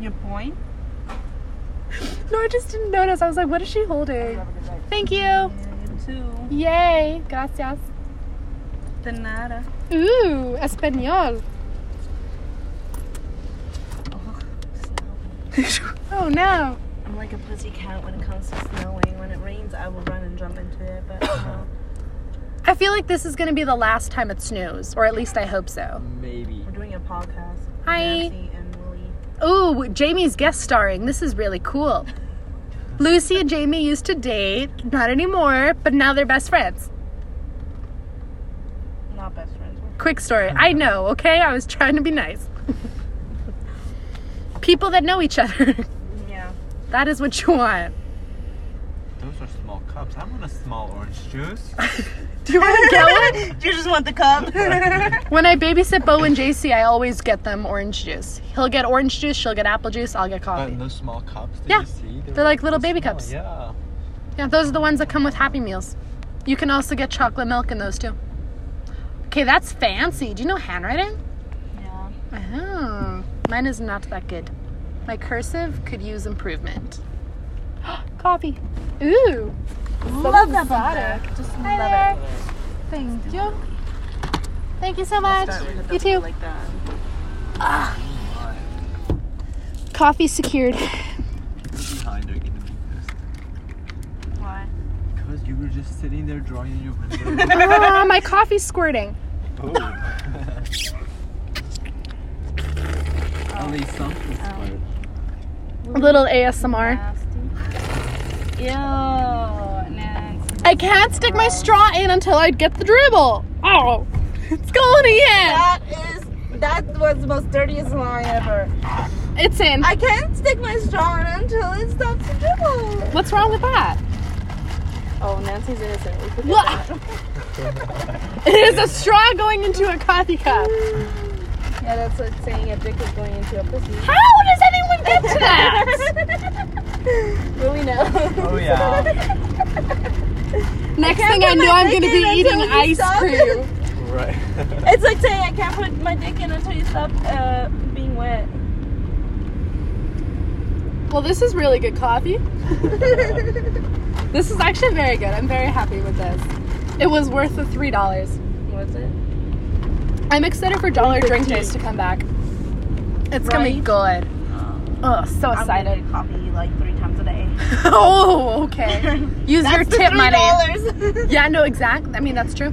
[SPEAKER 2] Your point?
[SPEAKER 1] No, I just didn't notice. I was like, what is she holding? Thank you.
[SPEAKER 2] Yeah, you too.
[SPEAKER 1] Yay. Gracias.
[SPEAKER 2] The nada.
[SPEAKER 1] Ooh, Espanol. oh no.
[SPEAKER 2] I'm like a pussy cat when it comes to snowing. When it rains, I will run and jump into it, but uh, no.
[SPEAKER 1] I feel like this is going to be the last time it snows, or at least I hope so.
[SPEAKER 3] Maybe.
[SPEAKER 2] We're doing a podcast.
[SPEAKER 1] Hi.
[SPEAKER 2] Nancy and Willie.
[SPEAKER 1] Ooh, Jamie's guest starring. This is really cool. Lucy and Jamie used to date, not anymore, but now they're best friends.
[SPEAKER 2] Not best friends. We're
[SPEAKER 1] Quick story. I know, okay? I was trying to be nice. People that know each other.
[SPEAKER 2] Yeah.
[SPEAKER 1] that is what you want.
[SPEAKER 3] Those are small cups. I want a small orange juice.
[SPEAKER 1] Ah. Do you want to get one?
[SPEAKER 2] you just want the cup.
[SPEAKER 1] When I babysit Bo and JC, I always get them orange juice. He'll get orange juice, she'll get apple juice, I'll get
[SPEAKER 3] but
[SPEAKER 1] coffee.
[SPEAKER 3] in those small cups that
[SPEAKER 1] Yeah.
[SPEAKER 3] you see,
[SPEAKER 1] They're like little baby
[SPEAKER 3] small,
[SPEAKER 1] cups.
[SPEAKER 3] Yeah.
[SPEAKER 1] Yeah, those are the ones that come with Happy Meals. You can also get chocolate milk in those too. Okay, that's fancy. Do you know handwriting?
[SPEAKER 2] Yeah.
[SPEAKER 1] Oh, mine is not that good. My cursive could use improvement. Coffee. Ooh.
[SPEAKER 2] Love that product. Just
[SPEAKER 1] Hi
[SPEAKER 2] love
[SPEAKER 1] there.
[SPEAKER 2] it.
[SPEAKER 1] Thank you. Thank you so
[SPEAKER 2] I'll
[SPEAKER 1] much.
[SPEAKER 2] start with it.
[SPEAKER 1] You
[SPEAKER 2] That's
[SPEAKER 1] too. Ah.
[SPEAKER 2] Like that.
[SPEAKER 1] Coffee secured.
[SPEAKER 3] behind are gonna be pissed.
[SPEAKER 2] Why?
[SPEAKER 3] Because you were just sitting there drawing in your window.
[SPEAKER 1] Ah, my coffee's squirting.
[SPEAKER 3] oh. At least something's fine.
[SPEAKER 1] Oh. Little ASMR.
[SPEAKER 2] Nasty. Ew. Next.
[SPEAKER 1] I can't stick my straw in until I get the dribble. Oh, it's going in.
[SPEAKER 2] That is. That was the most dirtiest line ever.
[SPEAKER 1] It's in.
[SPEAKER 2] I can't stick my straw in until it stops to dribble.
[SPEAKER 1] What's wrong with that?
[SPEAKER 2] Oh, Nancy's innocent. We could
[SPEAKER 1] Look. It is a straw going into a coffee cup.
[SPEAKER 2] Yeah, that's like saying a dick is going into a pussy.
[SPEAKER 1] How does anyone get to that?
[SPEAKER 2] Well, we know.
[SPEAKER 3] Oh, yeah.
[SPEAKER 1] Next thing I know, I'm going to be eating ice cream.
[SPEAKER 3] Right.
[SPEAKER 2] It's like saying I can't put my dick in until you stop uh, being wet.
[SPEAKER 1] Well, this is really good coffee. This is actually very good. I'm very happy with this. It was worth the three dollars.
[SPEAKER 2] What's it?
[SPEAKER 1] I'm excited for Dollar Drink Days to come back. It's gonna be good. Oh, so excited.
[SPEAKER 2] I'm gonna copy like three times a day.
[SPEAKER 1] oh, okay. Use your tip money.
[SPEAKER 2] $3.
[SPEAKER 1] Yeah, no, exact. I mean, that's true.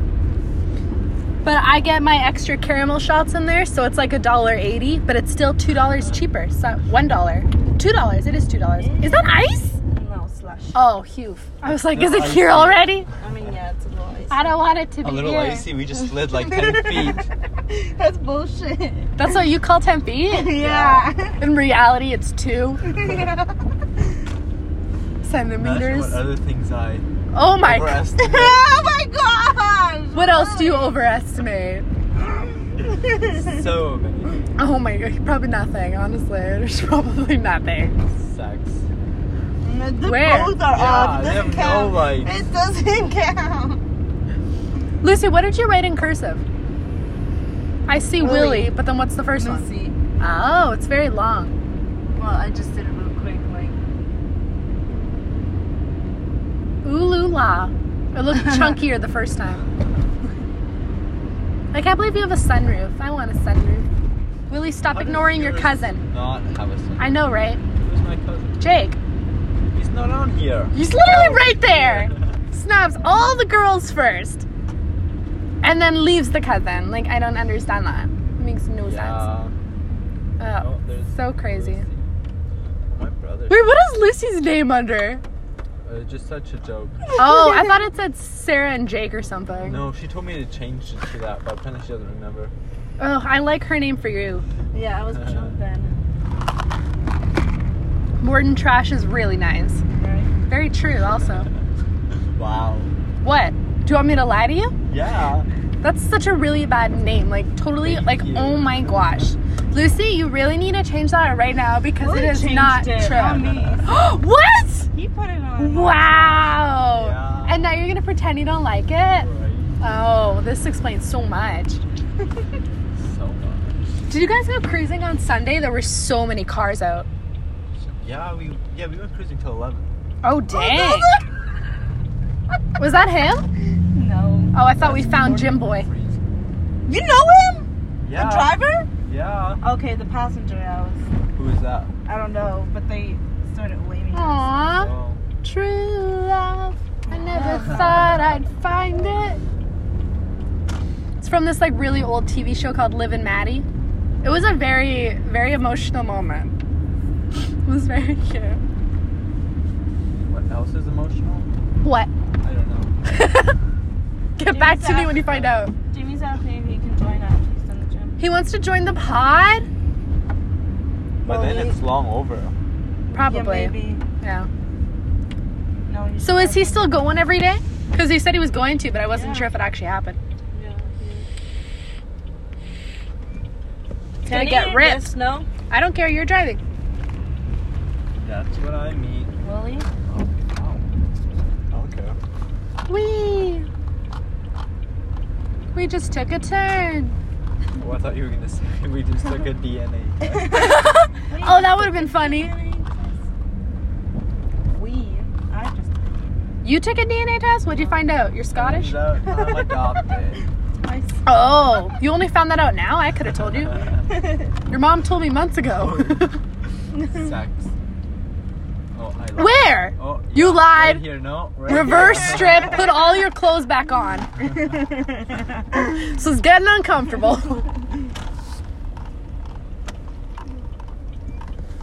[SPEAKER 1] But I get my extra caramel shots in there, so it's like a dollar eighty, but it's still two dollars cheaper. So one dollar, two dollars. It is two dollars. Is that ice?
[SPEAKER 2] no slush.
[SPEAKER 1] Oh, Hugh. I was like,
[SPEAKER 3] No,
[SPEAKER 1] is it
[SPEAKER 3] ice
[SPEAKER 1] here
[SPEAKER 3] cream.
[SPEAKER 1] already?
[SPEAKER 2] I mean, yeah, it's a little icy.
[SPEAKER 1] I don't want it to be
[SPEAKER 3] A little
[SPEAKER 1] here.
[SPEAKER 3] icy. We just slid like ten feet.
[SPEAKER 2] That's bullshit.
[SPEAKER 1] That's what you call ten feet.
[SPEAKER 2] Yeah.
[SPEAKER 1] In reality, it's two
[SPEAKER 3] Imagine
[SPEAKER 1] centimeters.
[SPEAKER 3] what other things I
[SPEAKER 1] Oh my god.
[SPEAKER 3] overestimated.
[SPEAKER 2] oh my gosh.
[SPEAKER 1] What else do you overestimate?
[SPEAKER 3] so many.
[SPEAKER 1] Oh my god, probably nothing, honestly. There's probably nothing.
[SPEAKER 3] Sex.
[SPEAKER 1] Uh,
[SPEAKER 2] The
[SPEAKER 1] Where?
[SPEAKER 2] both are
[SPEAKER 3] Yeah,
[SPEAKER 2] off. It
[SPEAKER 3] they
[SPEAKER 2] doesn't
[SPEAKER 3] have no
[SPEAKER 2] count.
[SPEAKER 3] lights.
[SPEAKER 2] It doesn't count.
[SPEAKER 1] Lucy, what did you write in cursive? I see
[SPEAKER 2] Willy.
[SPEAKER 1] Willy, but then what's the first one?
[SPEAKER 2] Lucy.
[SPEAKER 1] Oh, it's very long.
[SPEAKER 2] Well, I just did it real quick. Like,
[SPEAKER 1] Ooh la. It looked chunkier the first time. I can't believe you have a sunroof. I want a sunroof. Willie, stop
[SPEAKER 3] How does
[SPEAKER 1] ignoring your
[SPEAKER 3] Felix
[SPEAKER 1] cousin.
[SPEAKER 3] Not have a son.
[SPEAKER 1] I know, right?
[SPEAKER 3] Who's my cousin?
[SPEAKER 1] Jake.
[SPEAKER 3] He's not on here.
[SPEAKER 1] He's literally right there. Snaps all the girls first. And then leaves the cousin. Like I don't understand that. It makes no
[SPEAKER 3] Yeah.
[SPEAKER 1] sense. Oh,
[SPEAKER 3] Oh, there's
[SPEAKER 1] so crazy.
[SPEAKER 3] Lucy. My brother.
[SPEAKER 1] Wait, what is Lucy's name under?
[SPEAKER 3] Uh, just such a joke.
[SPEAKER 1] Oh, I thought it said Sarah and Jake or something.
[SPEAKER 3] No, she told me to change it to that, but apparently she doesn't remember.
[SPEAKER 1] Oh, I like her name for you.
[SPEAKER 2] yeah, I was drunk then.
[SPEAKER 1] Morton Trash is really nice.
[SPEAKER 2] Right?
[SPEAKER 1] Very true, also.
[SPEAKER 3] Wow.
[SPEAKER 1] What? Do you want me to lie to you?
[SPEAKER 3] Yeah.
[SPEAKER 1] That's such a really bad name. Like totally
[SPEAKER 3] Thank
[SPEAKER 1] like
[SPEAKER 3] you.
[SPEAKER 1] oh my gosh. Lucy, you really need to change that right now because
[SPEAKER 2] Willie
[SPEAKER 1] it is
[SPEAKER 2] changed
[SPEAKER 1] not
[SPEAKER 2] it, not
[SPEAKER 1] true.
[SPEAKER 2] me.
[SPEAKER 1] what?
[SPEAKER 2] He put it on.
[SPEAKER 1] Wow.
[SPEAKER 3] Yeah.
[SPEAKER 1] And now you're gonna pretend you don't like it?
[SPEAKER 3] Right.
[SPEAKER 1] Oh, this explains so much.
[SPEAKER 3] So much.
[SPEAKER 1] Did you guys go cruising on Sunday? There were so many cars out.
[SPEAKER 3] Yeah, we yeah we went cruising till eleven.
[SPEAKER 1] Oh dang. Was that him?
[SPEAKER 2] No.
[SPEAKER 1] Oh, I thought we found Jim Boy.
[SPEAKER 2] You know him?
[SPEAKER 3] Yeah.
[SPEAKER 2] The driver?
[SPEAKER 3] Yeah.
[SPEAKER 2] Uh, Okay, the passenger. I was.
[SPEAKER 3] Who is that?
[SPEAKER 2] I don't know, but they started waving.
[SPEAKER 1] Aww,
[SPEAKER 3] Oh.
[SPEAKER 1] true love. I never thought I'd find it. It's from this like really old TV show called Live and Maddie. It was a very, very emotional moment. It was very cute.
[SPEAKER 3] What else is emotional?
[SPEAKER 1] What?
[SPEAKER 3] I don't know.
[SPEAKER 1] Get back to me when you find out.
[SPEAKER 2] Jimmy's out. Maybe you can join us. He's in the gym.
[SPEAKER 1] He wants to join the pod?
[SPEAKER 3] But then
[SPEAKER 2] Well,
[SPEAKER 3] it's long over.
[SPEAKER 1] Probably.
[SPEAKER 2] Yeah, maybe.
[SPEAKER 1] Yeah.
[SPEAKER 2] No. you
[SPEAKER 1] So
[SPEAKER 2] should
[SPEAKER 1] is he
[SPEAKER 2] definitely-
[SPEAKER 1] still going every day? Because he said he was going to, but I wasn't
[SPEAKER 2] Yeah.
[SPEAKER 1] sure if it actually happened.
[SPEAKER 2] Yeah,
[SPEAKER 1] It's gonna get ripped.
[SPEAKER 2] No.
[SPEAKER 1] I don't care, you're driving.
[SPEAKER 3] That's what I mean.
[SPEAKER 2] Willie.
[SPEAKER 3] Oh, wow.
[SPEAKER 1] We just took a turn.
[SPEAKER 3] Oh, I thought you were gonna say we just took a DNA test.
[SPEAKER 1] oh, that would have been funny.
[SPEAKER 2] We. I just.
[SPEAKER 1] You took a DNA test? What'd you find out? You're Scottish?
[SPEAKER 3] Turns out I'm adopted.
[SPEAKER 2] I s-
[SPEAKER 1] Oh, you only found that out now? I could have told you. Your mom told me months ago.
[SPEAKER 3] Sex. Oh, I lied.
[SPEAKER 1] Where?
[SPEAKER 3] Oh,
[SPEAKER 1] You
[SPEAKER 3] yeah,
[SPEAKER 1] lied.
[SPEAKER 3] Right here, no. Right
[SPEAKER 1] Reverse
[SPEAKER 3] here.
[SPEAKER 1] strip, put all your clothes back on. This is getting uncomfortable.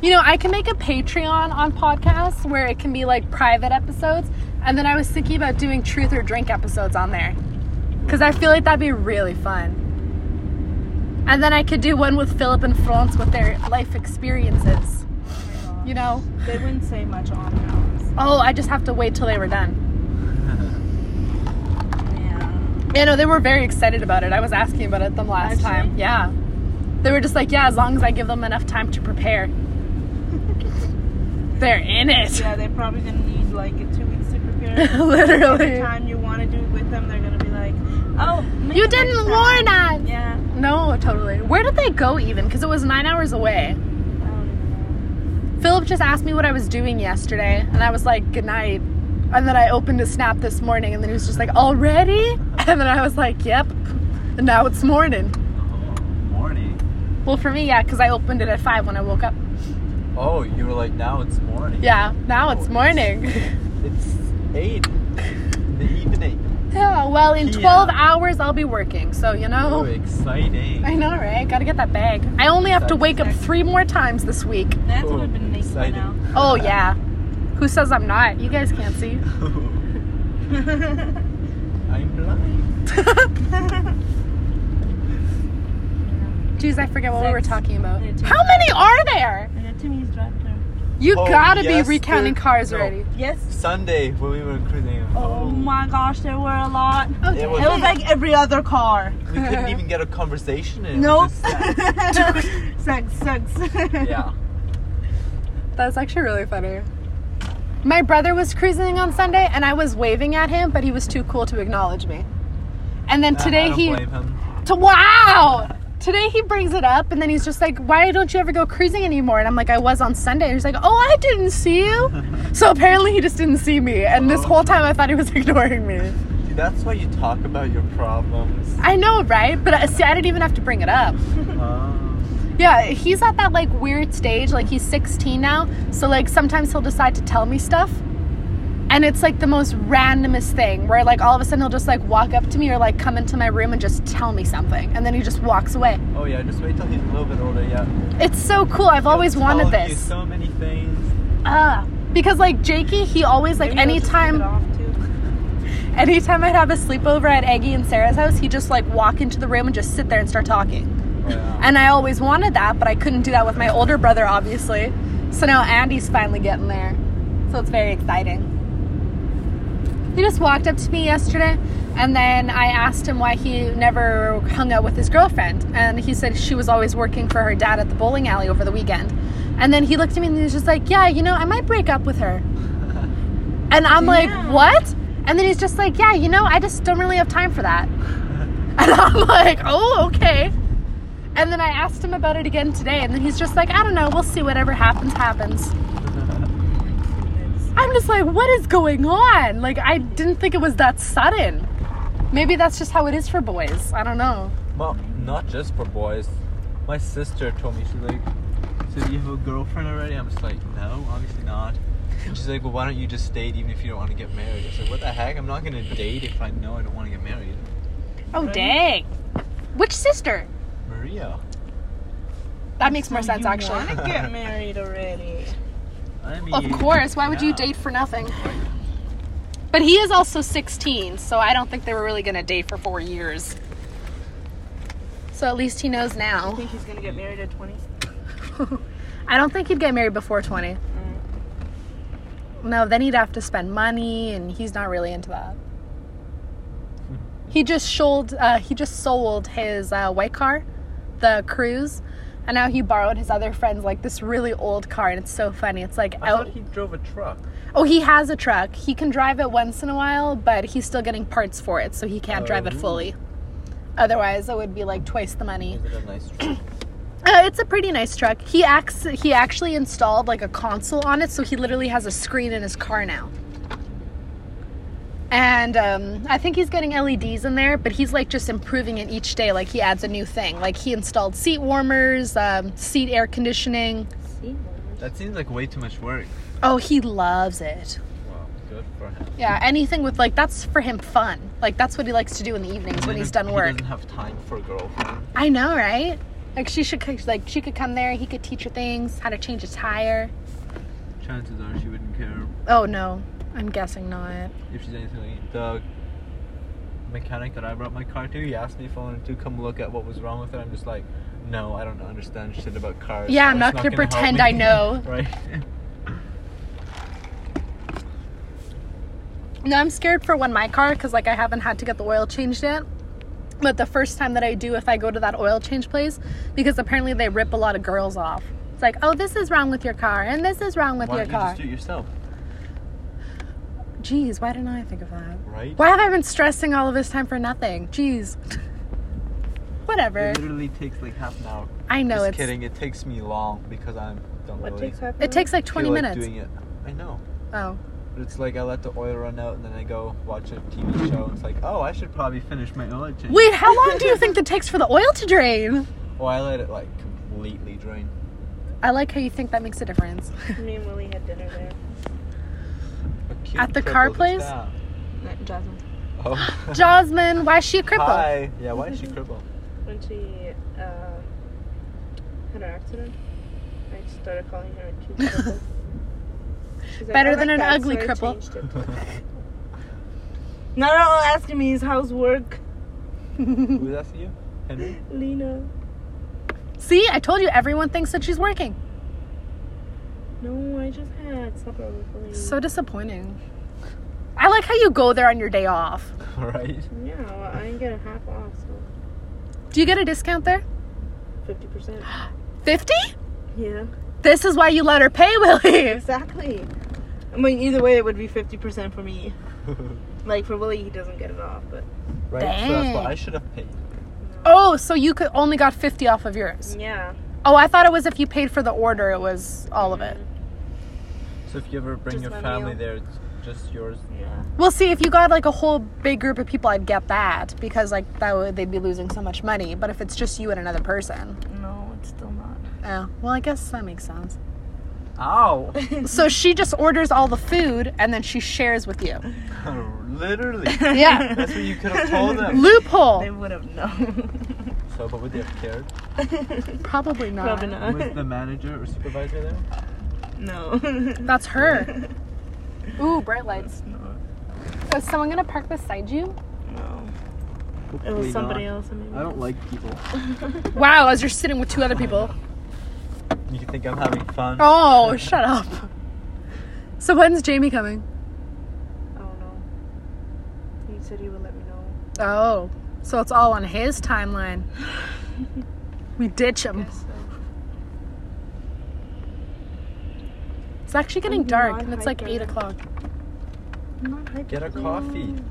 [SPEAKER 1] You know, I can make a Patreon on podcasts where it can be like private episodes, and then I was thinking about doing truth or drink episodes on there. Because I feel like that'd be really fun. And then I could do one with Philip and France with their life experiences. You know?
[SPEAKER 2] they wouldn't say much on ours.
[SPEAKER 1] Oh, I just have to wait till they were done.
[SPEAKER 2] Yeah.
[SPEAKER 1] Yeah, no, they were very excited about it. I was asking about it them last
[SPEAKER 2] Actually?
[SPEAKER 1] time. Yeah. They were just like, yeah, as long as I give them enough time to prepare. They're in it.
[SPEAKER 2] Yeah, they're probably gonna need like two weeks to prepare. Every
[SPEAKER 1] Literally.
[SPEAKER 2] time you want to do it with them, they're gonna be like, "Oh, maybe
[SPEAKER 1] You
[SPEAKER 2] next
[SPEAKER 1] didn't
[SPEAKER 2] time."
[SPEAKER 1] warn us.
[SPEAKER 2] Yeah.
[SPEAKER 1] No, totally. Where did they go even? Because it was nine hours away.
[SPEAKER 2] I don't even
[SPEAKER 1] Philip just asked me what I was doing yesterday, and I was like, good night. And then I opened his snap this morning, and then he was just like, already? And then I was like, yep. And now it's morning.
[SPEAKER 3] Oh, morning.
[SPEAKER 1] Well, for me, yeah, because I opened it at five when I woke up.
[SPEAKER 3] Oh, you were like now it's morning.
[SPEAKER 1] Yeah, now it's morning.
[SPEAKER 3] It's eight. in The evening.
[SPEAKER 1] yeah, well, in
[SPEAKER 3] Yeah.
[SPEAKER 1] 12 hours, I'll be working, so you
[SPEAKER 3] Oh,
[SPEAKER 1] know.
[SPEAKER 3] exciting.
[SPEAKER 1] I know, right? Gotta get that bag. I only have to
[SPEAKER 3] Exactly.
[SPEAKER 1] wake up three more times this week.
[SPEAKER 2] know. That's
[SPEAKER 3] Oh,
[SPEAKER 2] what I've been making by
[SPEAKER 3] exciting.
[SPEAKER 2] now.
[SPEAKER 1] Oh, yeah. Who says I'm not? You guys can't see.
[SPEAKER 3] I'm blind.
[SPEAKER 1] Jeez, I forget what we were
[SPEAKER 2] Six.
[SPEAKER 1] talking about.
[SPEAKER 2] Yeah, two.
[SPEAKER 1] How many are there?
[SPEAKER 2] and a Timmy's drive-thru.
[SPEAKER 1] You
[SPEAKER 3] Oh,
[SPEAKER 1] gotta
[SPEAKER 3] yes,
[SPEAKER 1] be recounting
[SPEAKER 3] dude.
[SPEAKER 1] cars
[SPEAKER 3] No.
[SPEAKER 1] already.
[SPEAKER 2] Yes.
[SPEAKER 3] Sunday when we were cruising.
[SPEAKER 2] Oh my gosh, there were a lot.
[SPEAKER 1] Okay.
[SPEAKER 3] It
[SPEAKER 2] It was like every other car.
[SPEAKER 3] We couldn't even get a conversation in. It
[SPEAKER 2] Nope.
[SPEAKER 3] was just sad.
[SPEAKER 2] sex, sex.
[SPEAKER 3] yeah.
[SPEAKER 1] That's actually really funny. My brother was cruising on Sunday and I was waving at him, but he was too cool to acknowledge me. And then
[SPEAKER 3] Nah, I
[SPEAKER 1] today
[SPEAKER 3] don't
[SPEAKER 1] he
[SPEAKER 3] blame him.
[SPEAKER 1] to, wow today he brings it up and then he's just like why don't you ever go cruising anymore and i'm like i was on sunday and he's like oh i didn't see you so apparently he just didn't see me and this
[SPEAKER 3] Oh.
[SPEAKER 1] whole time i thought he was ignoring me
[SPEAKER 3] Dude, that's why you talk about your problems.
[SPEAKER 1] i know right but uh, see i didn't even have to bring it up
[SPEAKER 3] Um,
[SPEAKER 1] yeah he's at that like weird stage like he's 16 now so like sometimes he'll decide to tell me stuff and it's like the most randomest thing where like all of a sudden he'll just like walk up to me or like come into my room and just tell me something and then he just walks away
[SPEAKER 3] oh yeah, just wait till he's a little bit older. Yeah.
[SPEAKER 1] it's so cool i've always
[SPEAKER 3] He'll
[SPEAKER 1] wanted
[SPEAKER 3] tell you
[SPEAKER 1] this
[SPEAKER 3] so many things.
[SPEAKER 1] Ah, because like Jakey, he always like
[SPEAKER 2] Maybe they'll just take it
[SPEAKER 1] anytime
[SPEAKER 2] off, too.
[SPEAKER 1] anytime I'd have a sleepover at Eggie and Sarah's house, he'd just like walk into the room and just sit there and start talking.
[SPEAKER 3] Oh, yeah.
[SPEAKER 1] And I always wanted that, but I couldn't do that with my older brother, obviously. So now Andy's finally getting there. So it's very exciting. He just walked up to me yesterday and then I asked him why he never hung out with his girlfriend. And he said she was always working for her dad at the bowling alley over the weekend. And then he looked at me and he was just like, Yeah, you know, I might break up with her. And I'm like,
[SPEAKER 2] Damn.
[SPEAKER 1] What? And then he's just like, Yeah, you know, I just don't really have time for that. And I'm like, Oh, okay. And then I asked him about it again today. And then he's just like, I don't know, we'll see whatever happens, happens. I'm just like, what is going on? Like, I didn't think it was that sudden. Maybe that's just how it is for boys. I don't know.
[SPEAKER 3] well, not just for boys. My sister told me she's like, "So you have a girlfriend already?" I'm just like, "No, obviously not." And she's like, "Well, why don't you just date even if you don't want to get married?" I said, "What the heck? I'm not gonna date if I know I don't want to get married."
[SPEAKER 1] Oh, dang. Which sister?
[SPEAKER 3] Maria,
[SPEAKER 1] That makes more
[SPEAKER 2] So
[SPEAKER 1] sense,
[SPEAKER 2] you
[SPEAKER 1] actually.
[SPEAKER 2] wanna get married already?
[SPEAKER 3] I mean,
[SPEAKER 1] Of course. Why would you
[SPEAKER 3] yeah.
[SPEAKER 1] date for nothing? But he is also 16, so I don't think they were really going to date for four years. So at least he knows
[SPEAKER 2] I
[SPEAKER 1] now.
[SPEAKER 2] think he's gonna get married at 20.
[SPEAKER 1] I don't think he'd get married before 20. No, then he'd have to spend money, and he's not really into that. He just sold. Uh, he just sold his uh, white car, the cruise, and now he borrowed his other friends like this really old car, and it's so funny. It's like
[SPEAKER 3] I
[SPEAKER 1] out.
[SPEAKER 3] thought he drove a truck.
[SPEAKER 1] oh, he has a truck. He can drive it once in a while, but he's still getting parts for it, so he can't drive it
[SPEAKER 3] Oh.
[SPEAKER 1] fully. Otherwise, it would be like twice the money.
[SPEAKER 3] Is it a nice truck?
[SPEAKER 1] Uh, it's a pretty nice truck. He acts. He actually installed like a console on it, so he literally has a screen in his car now. And um, I think he's getting LEDs in there, but he's like just improving it each day. Like he adds a new thing. Like he installed seat warmers, um, seat air conditioning.
[SPEAKER 3] That seems like way too much work.
[SPEAKER 1] Oh, he loves it.
[SPEAKER 3] Wow, good for him.
[SPEAKER 1] Yeah, anything with like that's for him fun. Like that's what he likes to do in the evenings when he's done
[SPEAKER 3] He
[SPEAKER 1] work.
[SPEAKER 3] doesn't have time for a girlfriend.
[SPEAKER 1] I know, right? Like she should co- like she could come there. He could teach her things, how to change a tire.
[SPEAKER 3] Chances are she wouldn't care
[SPEAKER 1] Oh no, I'm guessing not.
[SPEAKER 3] if she's anything like the mechanic that I brought my car to. He asked me if I wanted to come look at what was wrong with it. I'm just like, no, I don't understand shit about cars.
[SPEAKER 1] Yeah, I'm
[SPEAKER 3] so
[SPEAKER 1] not
[SPEAKER 3] it's
[SPEAKER 1] gonna
[SPEAKER 3] gonna help
[SPEAKER 1] pretend
[SPEAKER 3] me."
[SPEAKER 1] I know.
[SPEAKER 3] right.
[SPEAKER 1] No, I'm scared for when my car, because like I haven't had to get the oil changed yet. But the first time that I do, if I go to that oil change place, because apparently they rip a lot of girls off. It's like, oh, this is wrong with your car, and this is wrong with
[SPEAKER 3] Why
[SPEAKER 1] your
[SPEAKER 3] don't you
[SPEAKER 1] car.
[SPEAKER 3] just do it yourself?
[SPEAKER 1] Jeez, why didn't I think of that?
[SPEAKER 3] Right.
[SPEAKER 1] Why have I been stressing all of this time for nothing? Jeez. Whatever.
[SPEAKER 3] It literally takes like half an hour.
[SPEAKER 1] I know
[SPEAKER 3] just
[SPEAKER 1] it's.
[SPEAKER 3] kidding. It takes me long because I'm don't
[SPEAKER 2] What
[SPEAKER 3] really
[SPEAKER 2] takes half
[SPEAKER 1] It takes like 20
[SPEAKER 3] feel like
[SPEAKER 1] minutes.
[SPEAKER 3] doing it. I know.
[SPEAKER 1] Oh.
[SPEAKER 3] But it's like I let the oil run out and then I go watch a TV show. And it's like, oh, I should probably finish my oil change.
[SPEAKER 1] Wait, how long do you think it takes for the oil to drain?
[SPEAKER 3] Oh, I let it like completely drain.
[SPEAKER 1] I like how you think that makes a difference.
[SPEAKER 2] Me and Willie had dinner there.
[SPEAKER 3] A cute
[SPEAKER 1] At the car
[SPEAKER 3] cripple
[SPEAKER 1] place?
[SPEAKER 3] just now.
[SPEAKER 2] Jasmine.
[SPEAKER 3] Oh.
[SPEAKER 1] Jasmine, why is she a cripple?
[SPEAKER 3] Hi. Yeah, why is she crippled?
[SPEAKER 2] When she um, had an accident, I started calling her a cute cripple. She's like,
[SPEAKER 1] Better
[SPEAKER 2] "I
[SPEAKER 1] than an
[SPEAKER 2] that,"
[SPEAKER 1] ugly
[SPEAKER 2] I
[SPEAKER 1] cripple.
[SPEAKER 2] changed it. Not all asking me is how's work,
[SPEAKER 3] Who's asking you? Henry?
[SPEAKER 2] Lena.
[SPEAKER 1] See, I told you everyone thinks that she's working.
[SPEAKER 2] No, I just had supper with Willie.
[SPEAKER 1] So disappointing. I like how you go there on your day off.
[SPEAKER 3] Alright.
[SPEAKER 2] yeah, well, I didn't get a half off, so
[SPEAKER 1] Do you get a discount there?
[SPEAKER 2] fifty percent.
[SPEAKER 1] 50?
[SPEAKER 2] Yeah,
[SPEAKER 1] This is why you let her pay, Willie.
[SPEAKER 2] exactly. I mean, either way, it would be fifty percent for me. Like for Willie, he doesn't get it off, but
[SPEAKER 3] right. So that's
[SPEAKER 1] Dang.
[SPEAKER 3] what I should have paid.
[SPEAKER 1] Oh, so you could only got 50 off of yours.
[SPEAKER 2] yeah.
[SPEAKER 1] Oh, I thought it was if you paid for the order, it was all of it.
[SPEAKER 3] So if you ever bring
[SPEAKER 2] Just
[SPEAKER 3] your
[SPEAKER 2] my
[SPEAKER 3] family
[SPEAKER 2] meal.
[SPEAKER 3] there, it's just yours.
[SPEAKER 2] Yeah.
[SPEAKER 1] Well, see, if you got like a whole big group of people, I'd get that because like that would they'd be losing so much money. But if it's just you and another person,
[SPEAKER 2] No, it's still not.
[SPEAKER 1] oh, well, I guess that makes sense.
[SPEAKER 3] Ow!
[SPEAKER 1] So she just orders all the food and then she shares with you.
[SPEAKER 3] Literally.
[SPEAKER 1] Yeah.
[SPEAKER 3] That's what you could have told them.
[SPEAKER 2] They
[SPEAKER 1] Loophole.
[SPEAKER 2] would have known.
[SPEAKER 3] So, but would they have cared?
[SPEAKER 1] Probably not.
[SPEAKER 2] Probably not.
[SPEAKER 3] Was the manager or supervisor there?
[SPEAKER 2] No.
[SPEAKER 1] That's her. Ooh, bright lights.
[SPEAKER 2] no.
[SPEAKER 1] Is someone gonna park beside you?
[SPEAKER 2] No. Uh, It
[SPEAKER 3] Hopefully
[SPEAKER 2] was somebody
[SPEAKER 3] not.
[SPEAKER 2] else. I mean,
[SPEAKER 3] I don't like people.
[SPEAKER 1] Wow, as you're sitting with two other people.
[SPEAKER 3] You think I'm having fun?
[SPEAKER 1] Oh, shut up. So when's Jamie coming?
[SPEAKER 2] I don't know. He said he would let me know.
[SPEAKER 1] Oh, so it's all on his timeline. We ditch him.
[SPEAKER 2] Guess so.
[SPEAKER 1] It's actually getting
[SPEAKER 2] I'm
[SPEAKER 1] dark
[SPEAKER 2] not
[SPEAKER 1] and it's like
[SPEAKER 2] hyper.
[SPEAKER 1] 8 o'clock.
[SPEAKER 2] I'm not hyped
[SPEAKER 3] Get a
[SPEAKER 2] yet.
[SPEAKER 3] coffee.
[SPEAKER 2] Mm.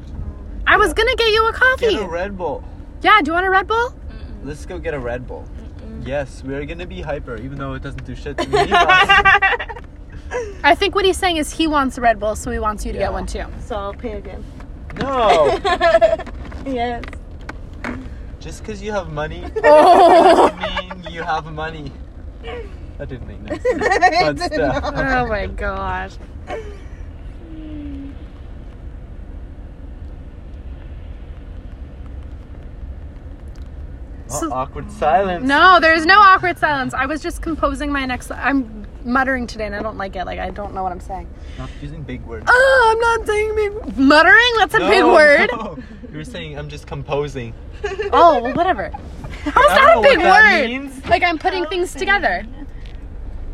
[SPEAKER 1] I was gonna get you a
[SPEAKER 3] Get a
[SPEAKER 1] coffee.
[SPEAKER 3] Red Bull.
[SPEAKER 1] Yeah, do you want a Red Bull?
[SPEAKER 3] Let's go get a Red Bull. Yes, we are gonna be hyper, even though it doesn't do shit to me. but-
[SPEAKER 1] I think what he's saying is he wants a Red Bull, so he wants you to
[SPEAKER 3] Yeah.
[SPEAKER 1] get one too.
[SPEAKER 2] So I'll pay again.
[SPEAKER 3] no,
[SPEAKER 2] yes.
[SPEAKER 3] just because you have money
[SPEAKER 1] Oh,
[SPEAKER 3] doesn't mean you have money. That didn't make sense.
[SPEAKER 2] But
[SPEAKER 3] But stuff.
[SPEAKER 1] oh my gosh. So-
[SPEAKER 3] awkward silence.
[SPEAKER 1] No, there's no awkward silence. I was just composing my next. I'm muttering today, and I don't like it. Like I don't know what I'm saying.
[SPEAKER 3] Stop using big words.
[SPEAKER 1] Oh, I'm not saying big. Muttering? That's a
[SPEAKER 3] No,
[SPEAKER 1] big word.
[SPEAKER 3] no. You were saying I'm just composing.
[SPEAKER 1] Oh, well, whatever. How's
[SPEAKER 3] I don't
[SPEAKER 1] that
[SPEAKER 3] know
[SPEAKER 1] a
[SPEAKER 3] what
[SPEAKER 1] big
[SPEAKER 3] that
[SPEAKER 1] word?
[SPEAKER 3] means.
[SPEAKER 1] Like I'm putting things together.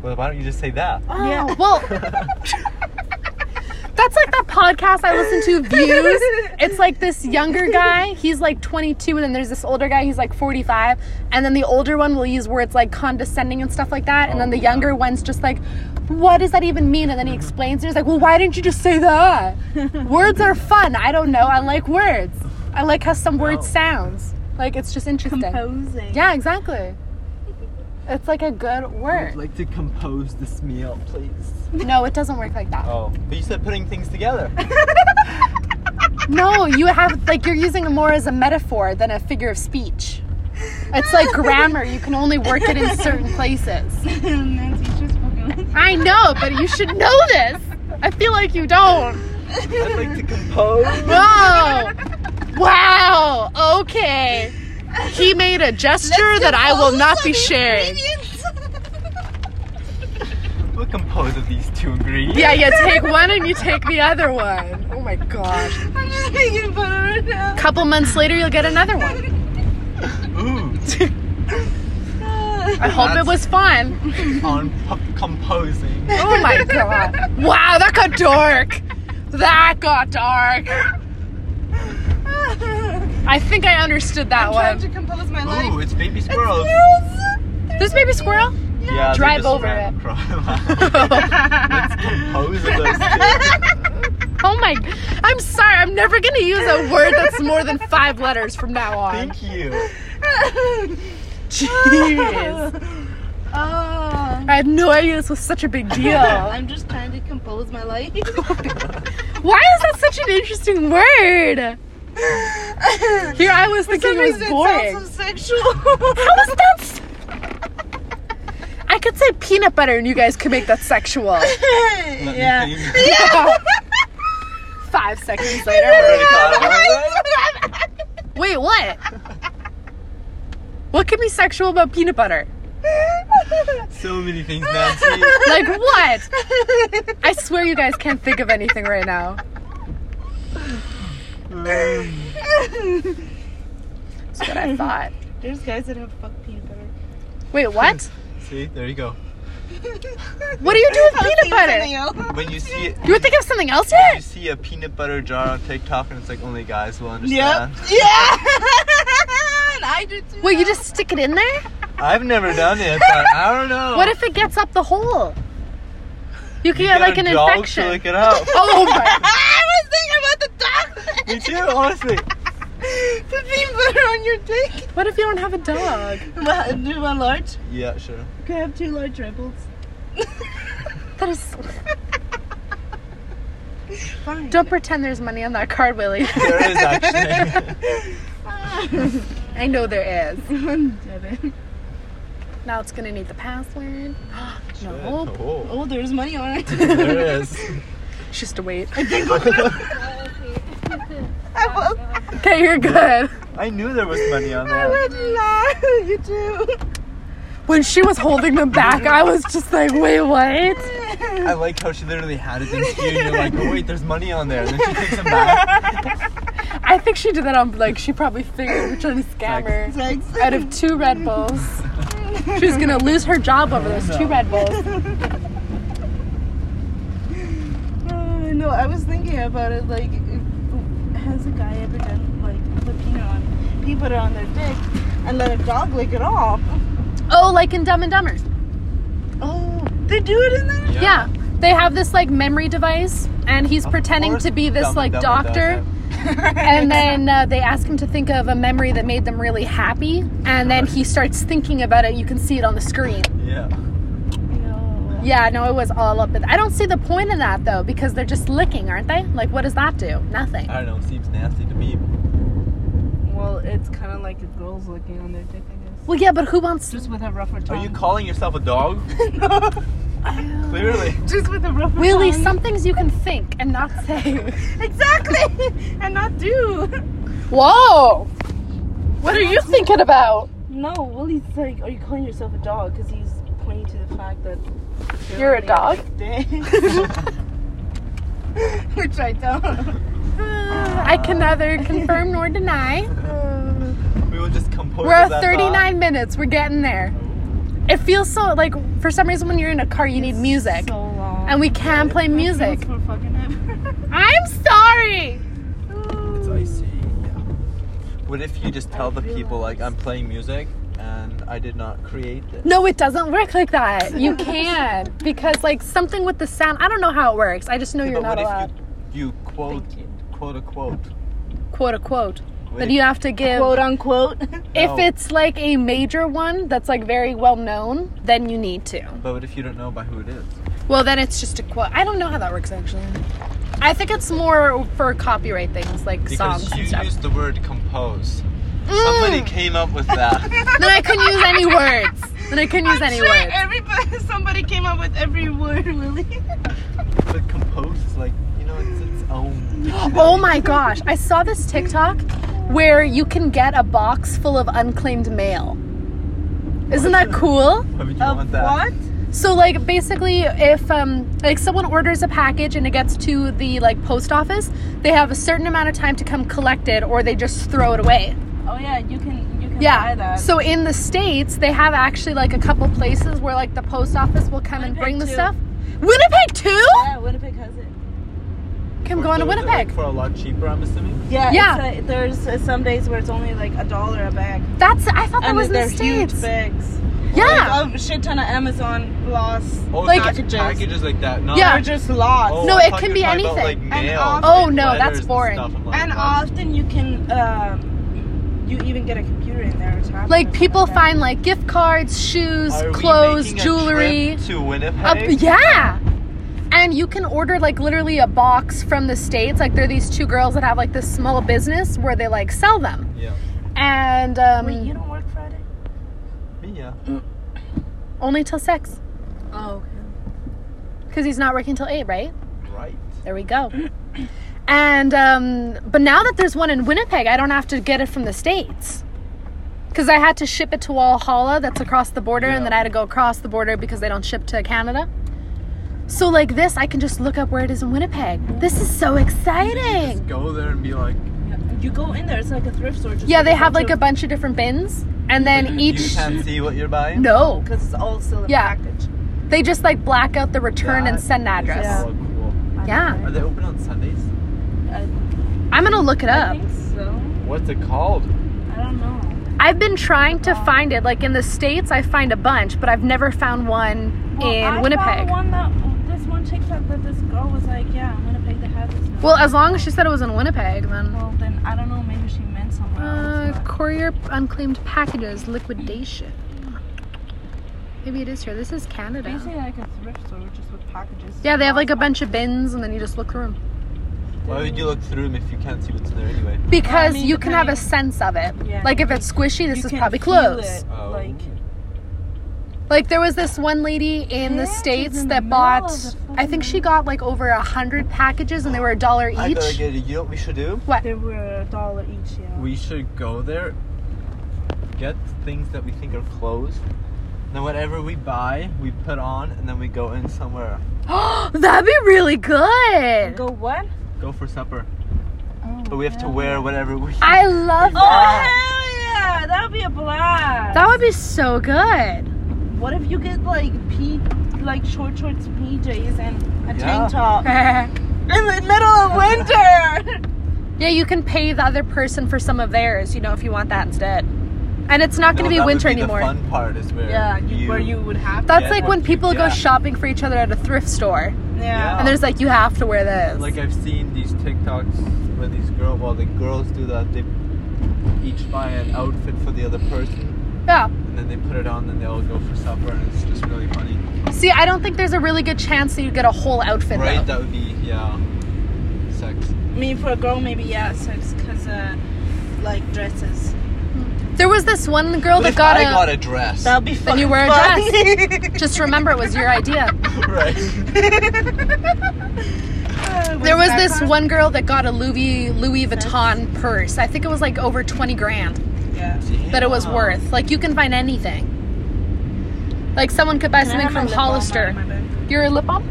[SPEAKER 3] Well, why don't you just say that?
[SPEAKER 1] Oh, Well, that's like that podcast I listen to, Views. It's like this younger guy, he's like 22, and then there's this older guy, he's like 45. And then the older one will use words like condescending and stuff like that. And then the
[SPEAKER 3] Oh, yeah.
[SPEAKER 1] younger one's just like, what does that even mean? And then he explains, and he's like, well, why didn't you just say that? words are fun. I don't know. I like words. I like how some
[SPEAKER 3] No.
[SPEAKER 1] words sounds. Like it's just interesting.
[SPEAKER 2] Composing.
[SPEAKER 1] Yeah, exactly. It's like a good
[SPEAKER 3] I'd
[SPEAKER 1] word.
[SPEAKER 3] like to compose this meal, please.
[SPEAKER 1] No, it doesn't work like that.
[SPEAKER 3] Oh, but you said putting things together.
[SPEAKER 1] No, you have like you're using it more as a metaphor than a figure of speech. It's like grammar. You can only work it in certain places.
[SPEAKER 2] Nancy's just fucking.
[SPEAKER 1] I know, but you should know this. I feel like you don't.
[SPEAKER 3] I'd like to compose.
[SPEAKER 1] Whoa. Wow. Okay. He made a gesture that I will not be sharing.
[SPEAKER 3] We'll compose of these two ingredients.
[SPEAKER 1] Yeah, yeah, take one and you take the other one. Oh my gosh.
[SPEAKER 2] I'm just making fun of her now.
[SPEAKER 1] Couple months later, you'll get another one.
[SPEAKER 3] Ooh,
[SPEAKER 1] I hope it was fun.
[SPEAKER 3] on p- composing.
[SPEAKER 1] Oh my god. Wow, that got dark. That got dark. I think Oh, I understood that
[SPEAKER 2] I'm
[SPEAKER 1] one.
[SPEAKER 2] trying to compose my life.
[SPEAKER 3] Ooh, it's baby squirrels.
[SPEAKER 1] This baby squirrel?
[SPEAKER 3] Yeah, they
[SPEAKER 1] Drive
[SPEAKER 3] just
[SPEAKER 1] over
[SPEAKER 3] ran
[SPEAKER 1] it.
[SPEAKER 3] across- Let's compose of those two.
[SPEAKER 1] Oh my. I'm sorry. I'm never going to use a word that's more than five letters from now on.
[SPEAKER 3] Thank you.
[SPEAKER 1] Jeez.
[SPEAKER 2] Oh.
[SPEAKER 1] I had no idea this was such a big deal.
[SPEAKER 2] I'm just trying to compose my life.
[SPEAKER 1] Why is that such an interesting word? Here I was thinking it was boring.
[SPEAKER 2] sounds so sexual.
[SPEAKER 1] How was that? s- I could say peanut butter and you guys could make that sexual.
[SPEAKER 3] Let
[SPEAKER 2] yeah.
[SPEAKER 3] me think.
[SPEAKER 1] Five seconds
[SPEAKER 3] Already
[SPEAKER 1] later.
[SPEAKER 3] thought about that?
[SPEAKER 1] Wait, what? What could be sexual about peanut butter?
[SPEAKER 3] So many things, Nancy.
[SPEAKER 1] Like what? I swear you guys can't think of anything right now.
[SPEAKER 3] Um,
[SPEAKER 1] That's what I thought.
[SPEAKER 2] There's guys that have fuck peanut butter.
[SPEAKER 1] Wait, what?
[SPEAKER 3] see, there you go.
[SPEAKER 1] What do you do with
[SPEAKER 2] I'll
[SPEAKER 1] peanut
[SPEAKER 2] think
[SPEAKER 1] butter?
[SPEAKER 2] something else.
[SPEAKER 3] When you see it,
[SPEAKER 1] You were thinking of something else
[SPEAKER 3] you
[SPEAKER 1] here?
[SPEAKER 3] see a peanut butter jar on TikTok, and it's like only guys will
[SPEAKER 2] Yep.
[SPEAKER 3] understand.
[SPEAKER 2] Yeah. And I do too.
[SPEAKER 1] Wait, you just stick it in there?
[SPEAKER 3] I've never done it, but I don't know.
[SPEAKER 1] What if it gets up the hole? You can
[SPEAKER 3] you
[SPEAKER 1] get
[SPEAKER 3] got
[SPEAKER 1] like
[SPEAKER 3] a
[SPEAKER 1] an
[SPEAKER 3] dog
[SPEAKER 1] infection.
[SPEAKER 3] To look it up.
[SPEAKER 1] Oh my!
[SPEAKER 2] I was thinking about the dog.
[SPEAKER 3] Me too, honestly.
[SPEAKER 2] Put peanut butter on your dick.
[SPEAKER 1] What if you don't have a dog?
[SPEAKER 2] Well, do you want large?
[SPEAKER 3] Yeah, sure.
[SPEAKER 2] Can I have two large rebels?
[SPEAKER 1] That is.
[SPEAKER 2] Fine.
[SPEAKER 1] Don't pretend there's money on that card, Willie.
[SPEAKER 3] There is actually.
[SPEAKER 1] I know there is.
[SPEAKER 2] Devin.
[SPEAKER 1] Now it's gonna need the password. no,
[SPEAKER 3] Oh,
[SPEAKER 2] Oh, there's money on it.
[SPEAKER 3] there is.
[SPEAKER 1] it's just a wait.
[SPEAKER 2] I will.
[SPEAKER 1] Okay, you're good.
[SPEAKER 3] I knew there was money on
[SPEAKER 2] I
[SPEAKER 3] that.
[SPEAKER 2] would lie. You too.
[SPEAKER 1] When she was holding them back, I was just like, wait, what?
[SPEAKER 3] I like how she literally had it in here. and You're like, oh wait, there's money on there. And then she takes them back.
[SPEAKER 1] I think she did that on like she probably figured we're trying to scam her.
[SPEAKER 2] Thanks.
[SPEAKER 1] Out of two Red Bulls, she was gonna lose her job over those two Red Bulls.
[SPEAKER 2] Uh, no, I was thinking about it. Like, if- has a guy ever done like put peanut on peanut butter on their dick and let a dog lick it off?
[SPEAKER 1] Oh, like in Dumb and Dumber.
[SPEAKER 2] Oh, they do it in there.
[SPEAKER 1] Yeah. They have this like memory device, and he's
[SPEAKER 3] Of
[SPEAKER 1] pretending
[SPEAKER 3] course,
[SPEAKER 1] to be this
[SPEAKER 3] Dumb
[SPEAKER 1] like
[SPEAKER 3] and Dumber does
[SPEAKER 1] doctor. And then uh, they ask him to think of a memory that made them really happy. And then he starts thinking about it. You can see it on the screen.
[SPEAKER 3] that. Yeah.
[SPEAKER 2] No.
[SPEAKER 1] Yeah, no, it was all up. In I don't see the point in that though, because they're just licking, aren't they? Like, what does that do? Nothing.
[SPEAKER 3] I don't know. Seems nasty to me.
[SPEAKER 2] Well, it's kind of like a girl's licking on their dick, I guess.
[SPEAKER 1] Well, yeah, but who wants?
[SPEAKER 2] Just with a rougher
[SPEAKER 3] Are you
[SPEAKER 2] tongue.
[SPEAKER 3] calling yourself a dog? Clearly.
[SPEAKER 2] Just with a rougher
[SPEAKER 1] Really,
[SPEAKER 2] tongue.
[SPEAKER 1] some things you can think and not say.
[SPEAKER 2] Exactly. and not do.
[SPEAKER 1] Whoa! What are you thinking about?
[SPEAKER 2] No, Willie's like, are you calling yourself a dog? Because he's pointing to the fact that
[SPEAKER 1] You're a dog?
[SPEAKER 2] Dang. Which I don't.
[SPEAKER 1] I can neither confirm nor deny.
[SPEAKER 3] We will just compose.
[SPEAKER 1] We're at
[SPEAKER 3] that
[SPEAKER 1] 39 minutes. We're getting there. It feels so like for some reason when you're in a car you need music,
[SPEAKER 2] So long.
[SPEAKER 1] and we can play music.
[SPEAKER 2] For fucking ever.
[SPEAKER 1] I'm sorry.
[SPEAKER 3] thought. It's icy. Yeah. What if you just tell the people like I'm playing music and I did not create this?
[SPEAKER 1] No, it doesn't work like that. You can because like something with the sound. I don't know how it works. I just know
[SPEAKER 3] Yeah,
[SPEAKER 1] you're
[SPEAKER 3] but
[SPEAKER 1] not
[SPEAKER 3] what
[SPEAKER 1] allowed.
[SPEAKER 3] if you, you quote quote a quote?
[SPEAKER 1] Quote unquote. But you have to give.
[SPEAKER 2] quote unquote.
[SPEAKER 1] If
[SPEAKER 3] No.
[SPEAKER 1] it's like a major one that's like very well known, then you need to.
[SPEAKER 3] But what if you don't know by who it is?
[SPEAKER 1] Well, then it's just a quote. I don't know how that works actually. I think it's more for copyright things like
[SPEAKER 3] Because
[SPEAKER 1] songs
[SPEAKER 3] you
[SPEAKER 1] and stuff.
[SPEAKER 3] used the word compose. Somebody
[SPEAKER 1] Mm!
[SPEAKER 3] came up with that.
[SPEAKER 1] Then I couldn't use any words. Then I couldn't use
[SPEAKER 2] I'm
[SPEAKER 1] any
[SPEAKER 2] sure
[SPEAKER 1] words.
[SPEAKER 2] Everybody, somebody came up with every word, Willie.
[SPEAKER 3] but compose is like, you know, it's its own.
[SPEAKER 1] Oh my gosh, I saw this TikTok where you can get a box full of unclaimed mail. Isn't that cool?
[SPEAKER 3] Why would you
[SPEAKER 2] Of
[SPEAKER 3] want that?
[SPEAKER 2] what?
[SPEAKER 1] So like basically if um like someone orders a package and it gets to the like post office, they have a certain amount of time to come collect it or they just throw it away.
[SPEAKER 2] Oh yeah, you can you can buy
[SPEAKER 1] Yeah.
[SPEAKER 2] that.
[SPEAKER 1] So in the states, they have actually like a couple places where like the post office will come and
[SPEAKER 2] Winnipeg
[SPEAKER 1] bring the
[SPEAKER 2] too.
[SPEAKER 1] stuff. Winnipeg too?
[SPEAKER 2] yeah, Winnipeg has it.
[SPEAKER 1] Okay, I'm going to
[SPEAKER 3] Those are, like,
[SPEAKER 1] Winnipeg.
[SPEAKER 3] for a lot cheaper, I'm assuming.
[SPEAKER 2] Yeah,
[SPEAKER 1] Yeah.
[SPEAKER 2] It's uh there's uh, some days where it's only like a dollar a bag,
[SPEAKER 1] That's I thought that
[SPEAKER 2] and
[SPEAKER 1] was in
[SPEAKER 2] they're
[SPEAKER 1] the states.
[SPEAKER 2] huge bags.
[SPEAKER 1] Yeah.
[SPEAKER 2] Like, a shit ton of Amazon lost.
[SPEAKER 3] Oh,
[SPEAKER 1] Like-
[SPEAKER 3] packages. packages like that. Not
[SPEAKER 1] Yeah.
[SPEAKER 2] They're just lost.
[SPEAKER 3] Oh,
[SPEAKER 1] No,
[SPEAKER 3] I
[SPEAKER 1] it
[SPEAKER 3] thought
[SPEAKER 1] can
[SPEAKER 3] you were
[SPEAKER 1] be
[SPEAKER 3] talking about,
[SPEAKER 1] anything.
[SPEAKER 3] like,
[SPEAKER 1] And
[SPEAKER 3] mail,
[SPEAKER 2] off-
[SPEAKER 3] like,
[SPEAKER 1] Oh, no,
[SPEAKER 3] letters
[SPEAKER 1] that's
[SPEAKER 3] and
[SPEAKER 1] boring.
[SPEAKER 3] stuff. I'm like,
[SPEAKER 2] And
[SPEAKER 3] what?
[SPEAKER 2] often you can, um, you even get a computer in there. Which happens
[SPEAKER 1] Like people
[SPEAKER 2] that.
[SPEAKER 1] find like gift cards, shoes,
[SPEAKER 3] Are we
[SPEAKER 1] clothes,
[SPEAKER 3] making a
[SPEAKER 1] jewelry.
[SPEAKER 3] trip to Winnipeg.
[SPEAKER 1] Up- yeah. And you can order like literally a box from the states. Like there are these two girls that have like this small business where they like sell them.
[SPEAKER 3] Yeah.
[SPEAKER 1] And um,
[SPEAKER 2] Wait, you don't work Friday?
[SPEAKER 3] Me, yeah.
[SPEAKER 1] only till six,
[SPEAKER 2] Oh, okay.
[SPEAKER 1] because he's not working till eight, right?
[SPEAKER 3] Right.
[SPEAKER 1] There we go. And um, but now that there's one in Winnipeg, I don't have to get it from the states. Because I had to ship it to Walhalla, that's across the border,
[SPEAKER 3] Yeah.
[SPEAKER 1] and then I had to go across the border because they don't ship to Canada. So like this, I can just look up where it is in Winnipeg. This is so
[SPEAKER 3] Just
[SPEAKER 1] exciting.
[SPEAKER 3] go there and be like,
[SPEAKER 2] You go in there. It's like a thrift store. Just
[SPEAKER 1] Yeah, they have like
[SPEAKER 2] bunch
[SPEAKER 1] a bunch of different bins, and then
[SPEAKER 3] you
[SPEAKER 1] each
[SPEAKER 3] can't see what you're buying.
[SPEAKER 1] no,
[SPEAKER 2] of- Cause it's all still in
[SPEAKER 1] Yeah.
[SPEAKER 2] package.
[SPEAKER 1] they just like black out the return and
[SPEAKER 3] That
[SPEAKER 1] send address.
[SPEAKER 3] is
[SPEAKER 2] Yeah.
[SPEAKER 3] so cool.
[SPEAKER 1] Yeah.
[SPEAKER 3] Are they open on Sundays?
[SPEAKER 2] I,
[SPEAKER 1] I'm gonna look it
[SPEAKER 2] I
[SPEAKER 1] up.
[SPEAKER 2] think so.
[SPEAKER 3] What's it called?
[SPEAKER 2] I don't know.
[SPEAKER 1] I've been trying to find it. Like in the states, I find a bunch, but I've never found one
[SPEAKER 2] Well,
[SPEAKER 1] in
[SPEAKER 2] I found
[SPEAKER 1] Winnipeg.
[SPEAKER 2] one that this one TikTok that this girl was like, yeah, in Winnipeg they have this. now."
[SPEAKER 1] Well, as long as she said it was in Winnipeg, then.
[SPEAKER 2] Well, then I don't know. Maybe she meant somewhere else.
[SPEAKER 1] Uh,
[SPEAKER 2] but-
[SPEAKER 1] courier unclaimed packages liquidation. Maybe it is here. This is Canada.
[SPEAKER 2] Basically, like a thrift store just with packages.
[SPEAKER 1] Yeah, they have like a bunch of bins, and then you just look through them
[SPEAKER 3] Why would you look through them if you can't see what's there anyway?
[SPEAKER 1] because
[SPEAKER 2] I mean,
[SPEAKER 1] you can have a
[SPEAKER 2] depending-
[SPEAKER 1] sense of it.
[SPEAKER 2] Yeah.
[SPEAKER 1] Like if it's squishy,
[SPEAKER 2] You
[SPEAKER 1] this is
[SPEAKER 2] can
[SPEAKER 1] probably
[SPEAKER 2] feel
[SPEAKER 1] clothes.
[SPEAKER 2] it,
[SPEAKER 3] Oh.
[SPEAKER 2] Like
[SPEAKER 1] Like there was this one lady in the
[SPEAKER 2] Yeah, she's
[SPEAKER 1] states
[SPEAKER 2] in the
[SPEAKER 1] that
[SPEAKER 2] middle
[SPEAKER 1] bought.
[SPEAKER 2] of the
[SPEAKER 1] I think she got like over a hundred packages, and they were a dollar
[SPEAKER 3] I
[SPEAKER 1] each.
[SPEAKER 3] gotta get it. You know what we should do?
[SPEAKER 2] they were a dollar each. Yeah.
[SPEAKER 3] We should go there, get things that we think are clothes, and then whatever we buy, we put on, and then we go in somewhere.
[SPEAKER 1] That'd be really good.
[SPEAKER 2] Go what?
[SPEAKER 3] Go for supper.
[SPEAKER 2] Oh,
[SPEAKER 3] But we have to wear whatever we.
[SPEAKER 1] I love
[SPEAKER 2] Oh
[SPEAKER 1] that.
[SPEAKER 2] hell yeah! That would be a blast.
[SPEAKER 1] That would be so good.
[SPEAKER 2] What if you get like p like short shorts, PJs, and a
[SPEAKER 3] Yeah.
[SPEAKER 2] tank top
[SPEAKER 1] yeah,
[SPEAKER 2] in the middle of winter?
[SPEAKER 1] you can pay the other person for some of theirs, you know, if you want that instead. And it's not
[SPEAKER 3] No,
[SPEAKER 1] going to be
[SPEAKER 3] that would
[SPEAKER 1] winter
[SPEAKER 3] the
[SPEAKER 1] anymore.
[SPEAKER 3] fun part is where.
[SPEAKER 2] yeah, you, where you would have.
[SPEAKER 1] That's
[SPEAKER 3] Yeah,
[SPEAKER 1] like
[SPEAKER 3] what
[SPEAKER 1] when
[SPEAKER 3] you-
[SPEAKER 1] people
[SPEAKER 3] yeah. Oh.
[SPEAKER 1] go shopping for each other at a thrift store,
[SPEAKER 2] yeah.
[SPEAKER 1] and there's like, you have to wear this.
[SPEAKER 3] Like I've seen these TikToks where these girl, well, the girls do that. They each buy an outfit for the other person,
[SPEAKER 1] yeah.
[SPEAKER 3] and then they put it on, and they all go for supper, and it's just really funny.
[SPEAKER 1] See, I don't think there's a really good chance that you get a whole outfit.
[SPEAKER 3] Right?
[SPEAKER 1] though.
[SPEAKER 3] That would be yeah, sex.
[SPEAKER 2] I mean, for a girl, maybe yeah, sex, cause uh, like dresses.
[SPEAKER 1] There was this one girl
[SPEAKER 3] But
[SPEAKER 1] that
[SPEAKER 3] if
[SPEAKER 1] got
[SPEAKER 3] I
[SPEAKER 1] a.
[SPEAKER 3] got a dress,
[SPEAKER 2] That'll be fun.
[SPEAKER 1] you wear a
[SPEAKER 2] dress.
[SPEAKER 1] Just remember, it was your idea.
[SPEAKER 3] right?
[SPEAKER 1] There was this one girl that got a Louis Louis Vuitton purse. I think it was like over twenty grand.
[SPEAKER 2] Yeah.
[SPEAKER 1] that it was
[SPEAKER 3] Damn.
[SPEAKER 1] worth. Like you can find anything. Like someone could buy something from Hollister. Your lip balm?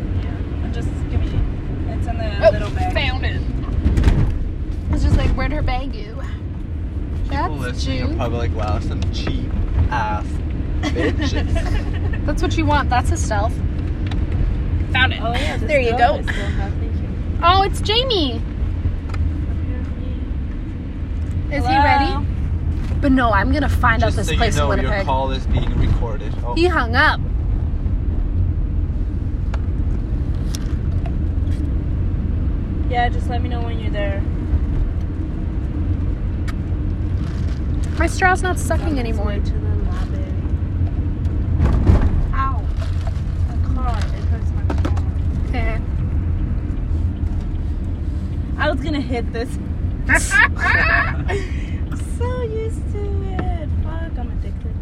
[SPEAKER 2] Just give me. It's in the
[SPEAKER 1] Oh,
[SPEAKER 2] little bag.
[SPEAKER 1] found it. It's just like where'd her bag you?
[SPEAKER 3] People
[SPEAKER 1] That's
[SPEAKER 3] listening are
[SPEAKER 1] June.
[SPEAKER 3] probably like, wow, some cheap ass bitches.
[SPEAKER 1] That's what you want. That's a stealth. Found it.
[SPEAKER 2] Oh yeah. this
[SPEAKER 1] There you
[SPEAKER 2] girl
[SPEAKER 1] go.
[SPEAKER 2] is still have- thank you.
[SPEAKER 1] Oh, it's Jamie. Is he ready? But no, I'm gonna find out
[SPEAKER 3] Just
[SPEAKER 1] this
[SPEAKER 3] so
[SPEAKER 1] place
[SPEAKER 3] you know,
[SPEAKER 1] in
[SPEAKER 3] your
[SPEAKER 1] Winnipeg.
[SPEAKER 3] call is being recorded. Oh,
[SPEAKER 1] He hung up.
[SPEAKER 2] Yeah, just let me know when you're there.
[SPEAKER 1] My straw's not sucking
[SPEAKER 2] On its
[SPEAKER 1] anymore.
[SPEAKER 2] way To the library. Ow. The car. It hurts my car. I was gonna hit this. so used to it. Fuck, I'm addicted.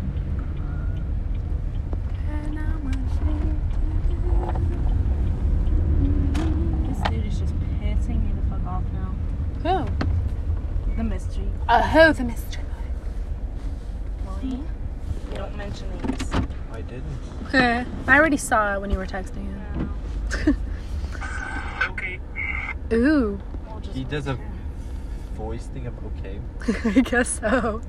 [SPEAKER 2] This dude is just pissing me the fuck off now.
[SPEAKER 1] oh.
[SPEAKER 2] The mystery.
[SPEAKER 1] Oh, the mystery.
[SPEAKER 2] Molly, you don't mention names.
[SPEAKER 3] I didn't.
[SPEAKER 1] I already saw it when you were texting him.
[SPEAKER 2] No.
[SPEAKER 4] Okay.
[SPEAKER 1] Ooh.
[SPEAKER 2] We'll just
[SPEAKER 3] He does a voice thing of okay.
[SPEAKER 1] I guess so.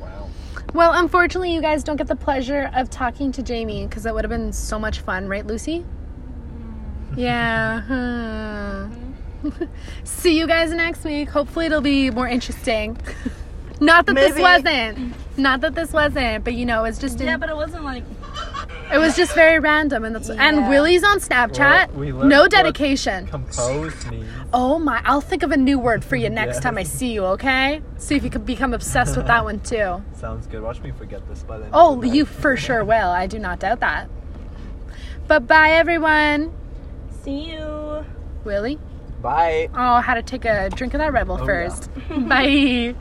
[SPEAKER 3] Wow.
[SPEAKER 1] Well, unfortunately, you guys don't get the pleasure of talking to Jamie because that would have been so much fun, right, Lucy?
[SPEAKER 2] Mm.
[SPEAKER 1] Yeah. huh. See you guys next week. Hopefully, it'll be more interesting. Not that this
[SPEAKER 2] Maybe.
[SPEAKER 1] wasn't. Not that this wasn't, but you know, it's just
[SPEAKER 2] Yeah, but it wasn't like
[SPEAKER 1] it was just very random, and that's and
[SPEAKER 2] Yeah.
[SPEAKER 1] Willie's on Snapchat.
[SPEAKER 3] Well, we left
[SPEAKER 1] no
[SPEAKER 3] what-
[SPEAKER 1] dedication.
[SPEAKER 3] Compose means
[SPEAKER 1] Oh my! I'll think of a new word for you next
[SPEAKER 3] Yeah.
[SPEAKER 1] time I see you. Okay? See if you can become obsessed with that one too.
[SPEAKER 3] sounds good. Watch me forget this by the end. of
[SPEAKER 1] Oh,
[SPEAKER 3] the night.
[SPEAKER 1] you for sure will. I do not doubt that. But bye, everyone.
[SPEAKER 2] see you.
[SPEAKER 1] Willie?
[SPEAKER 3] Bye.
[SPEAKER 1] Oh, how to take a drink of that Rebel
[SPEAKER 3] Oh, yeah.
[SPEAKER 1] first. bye.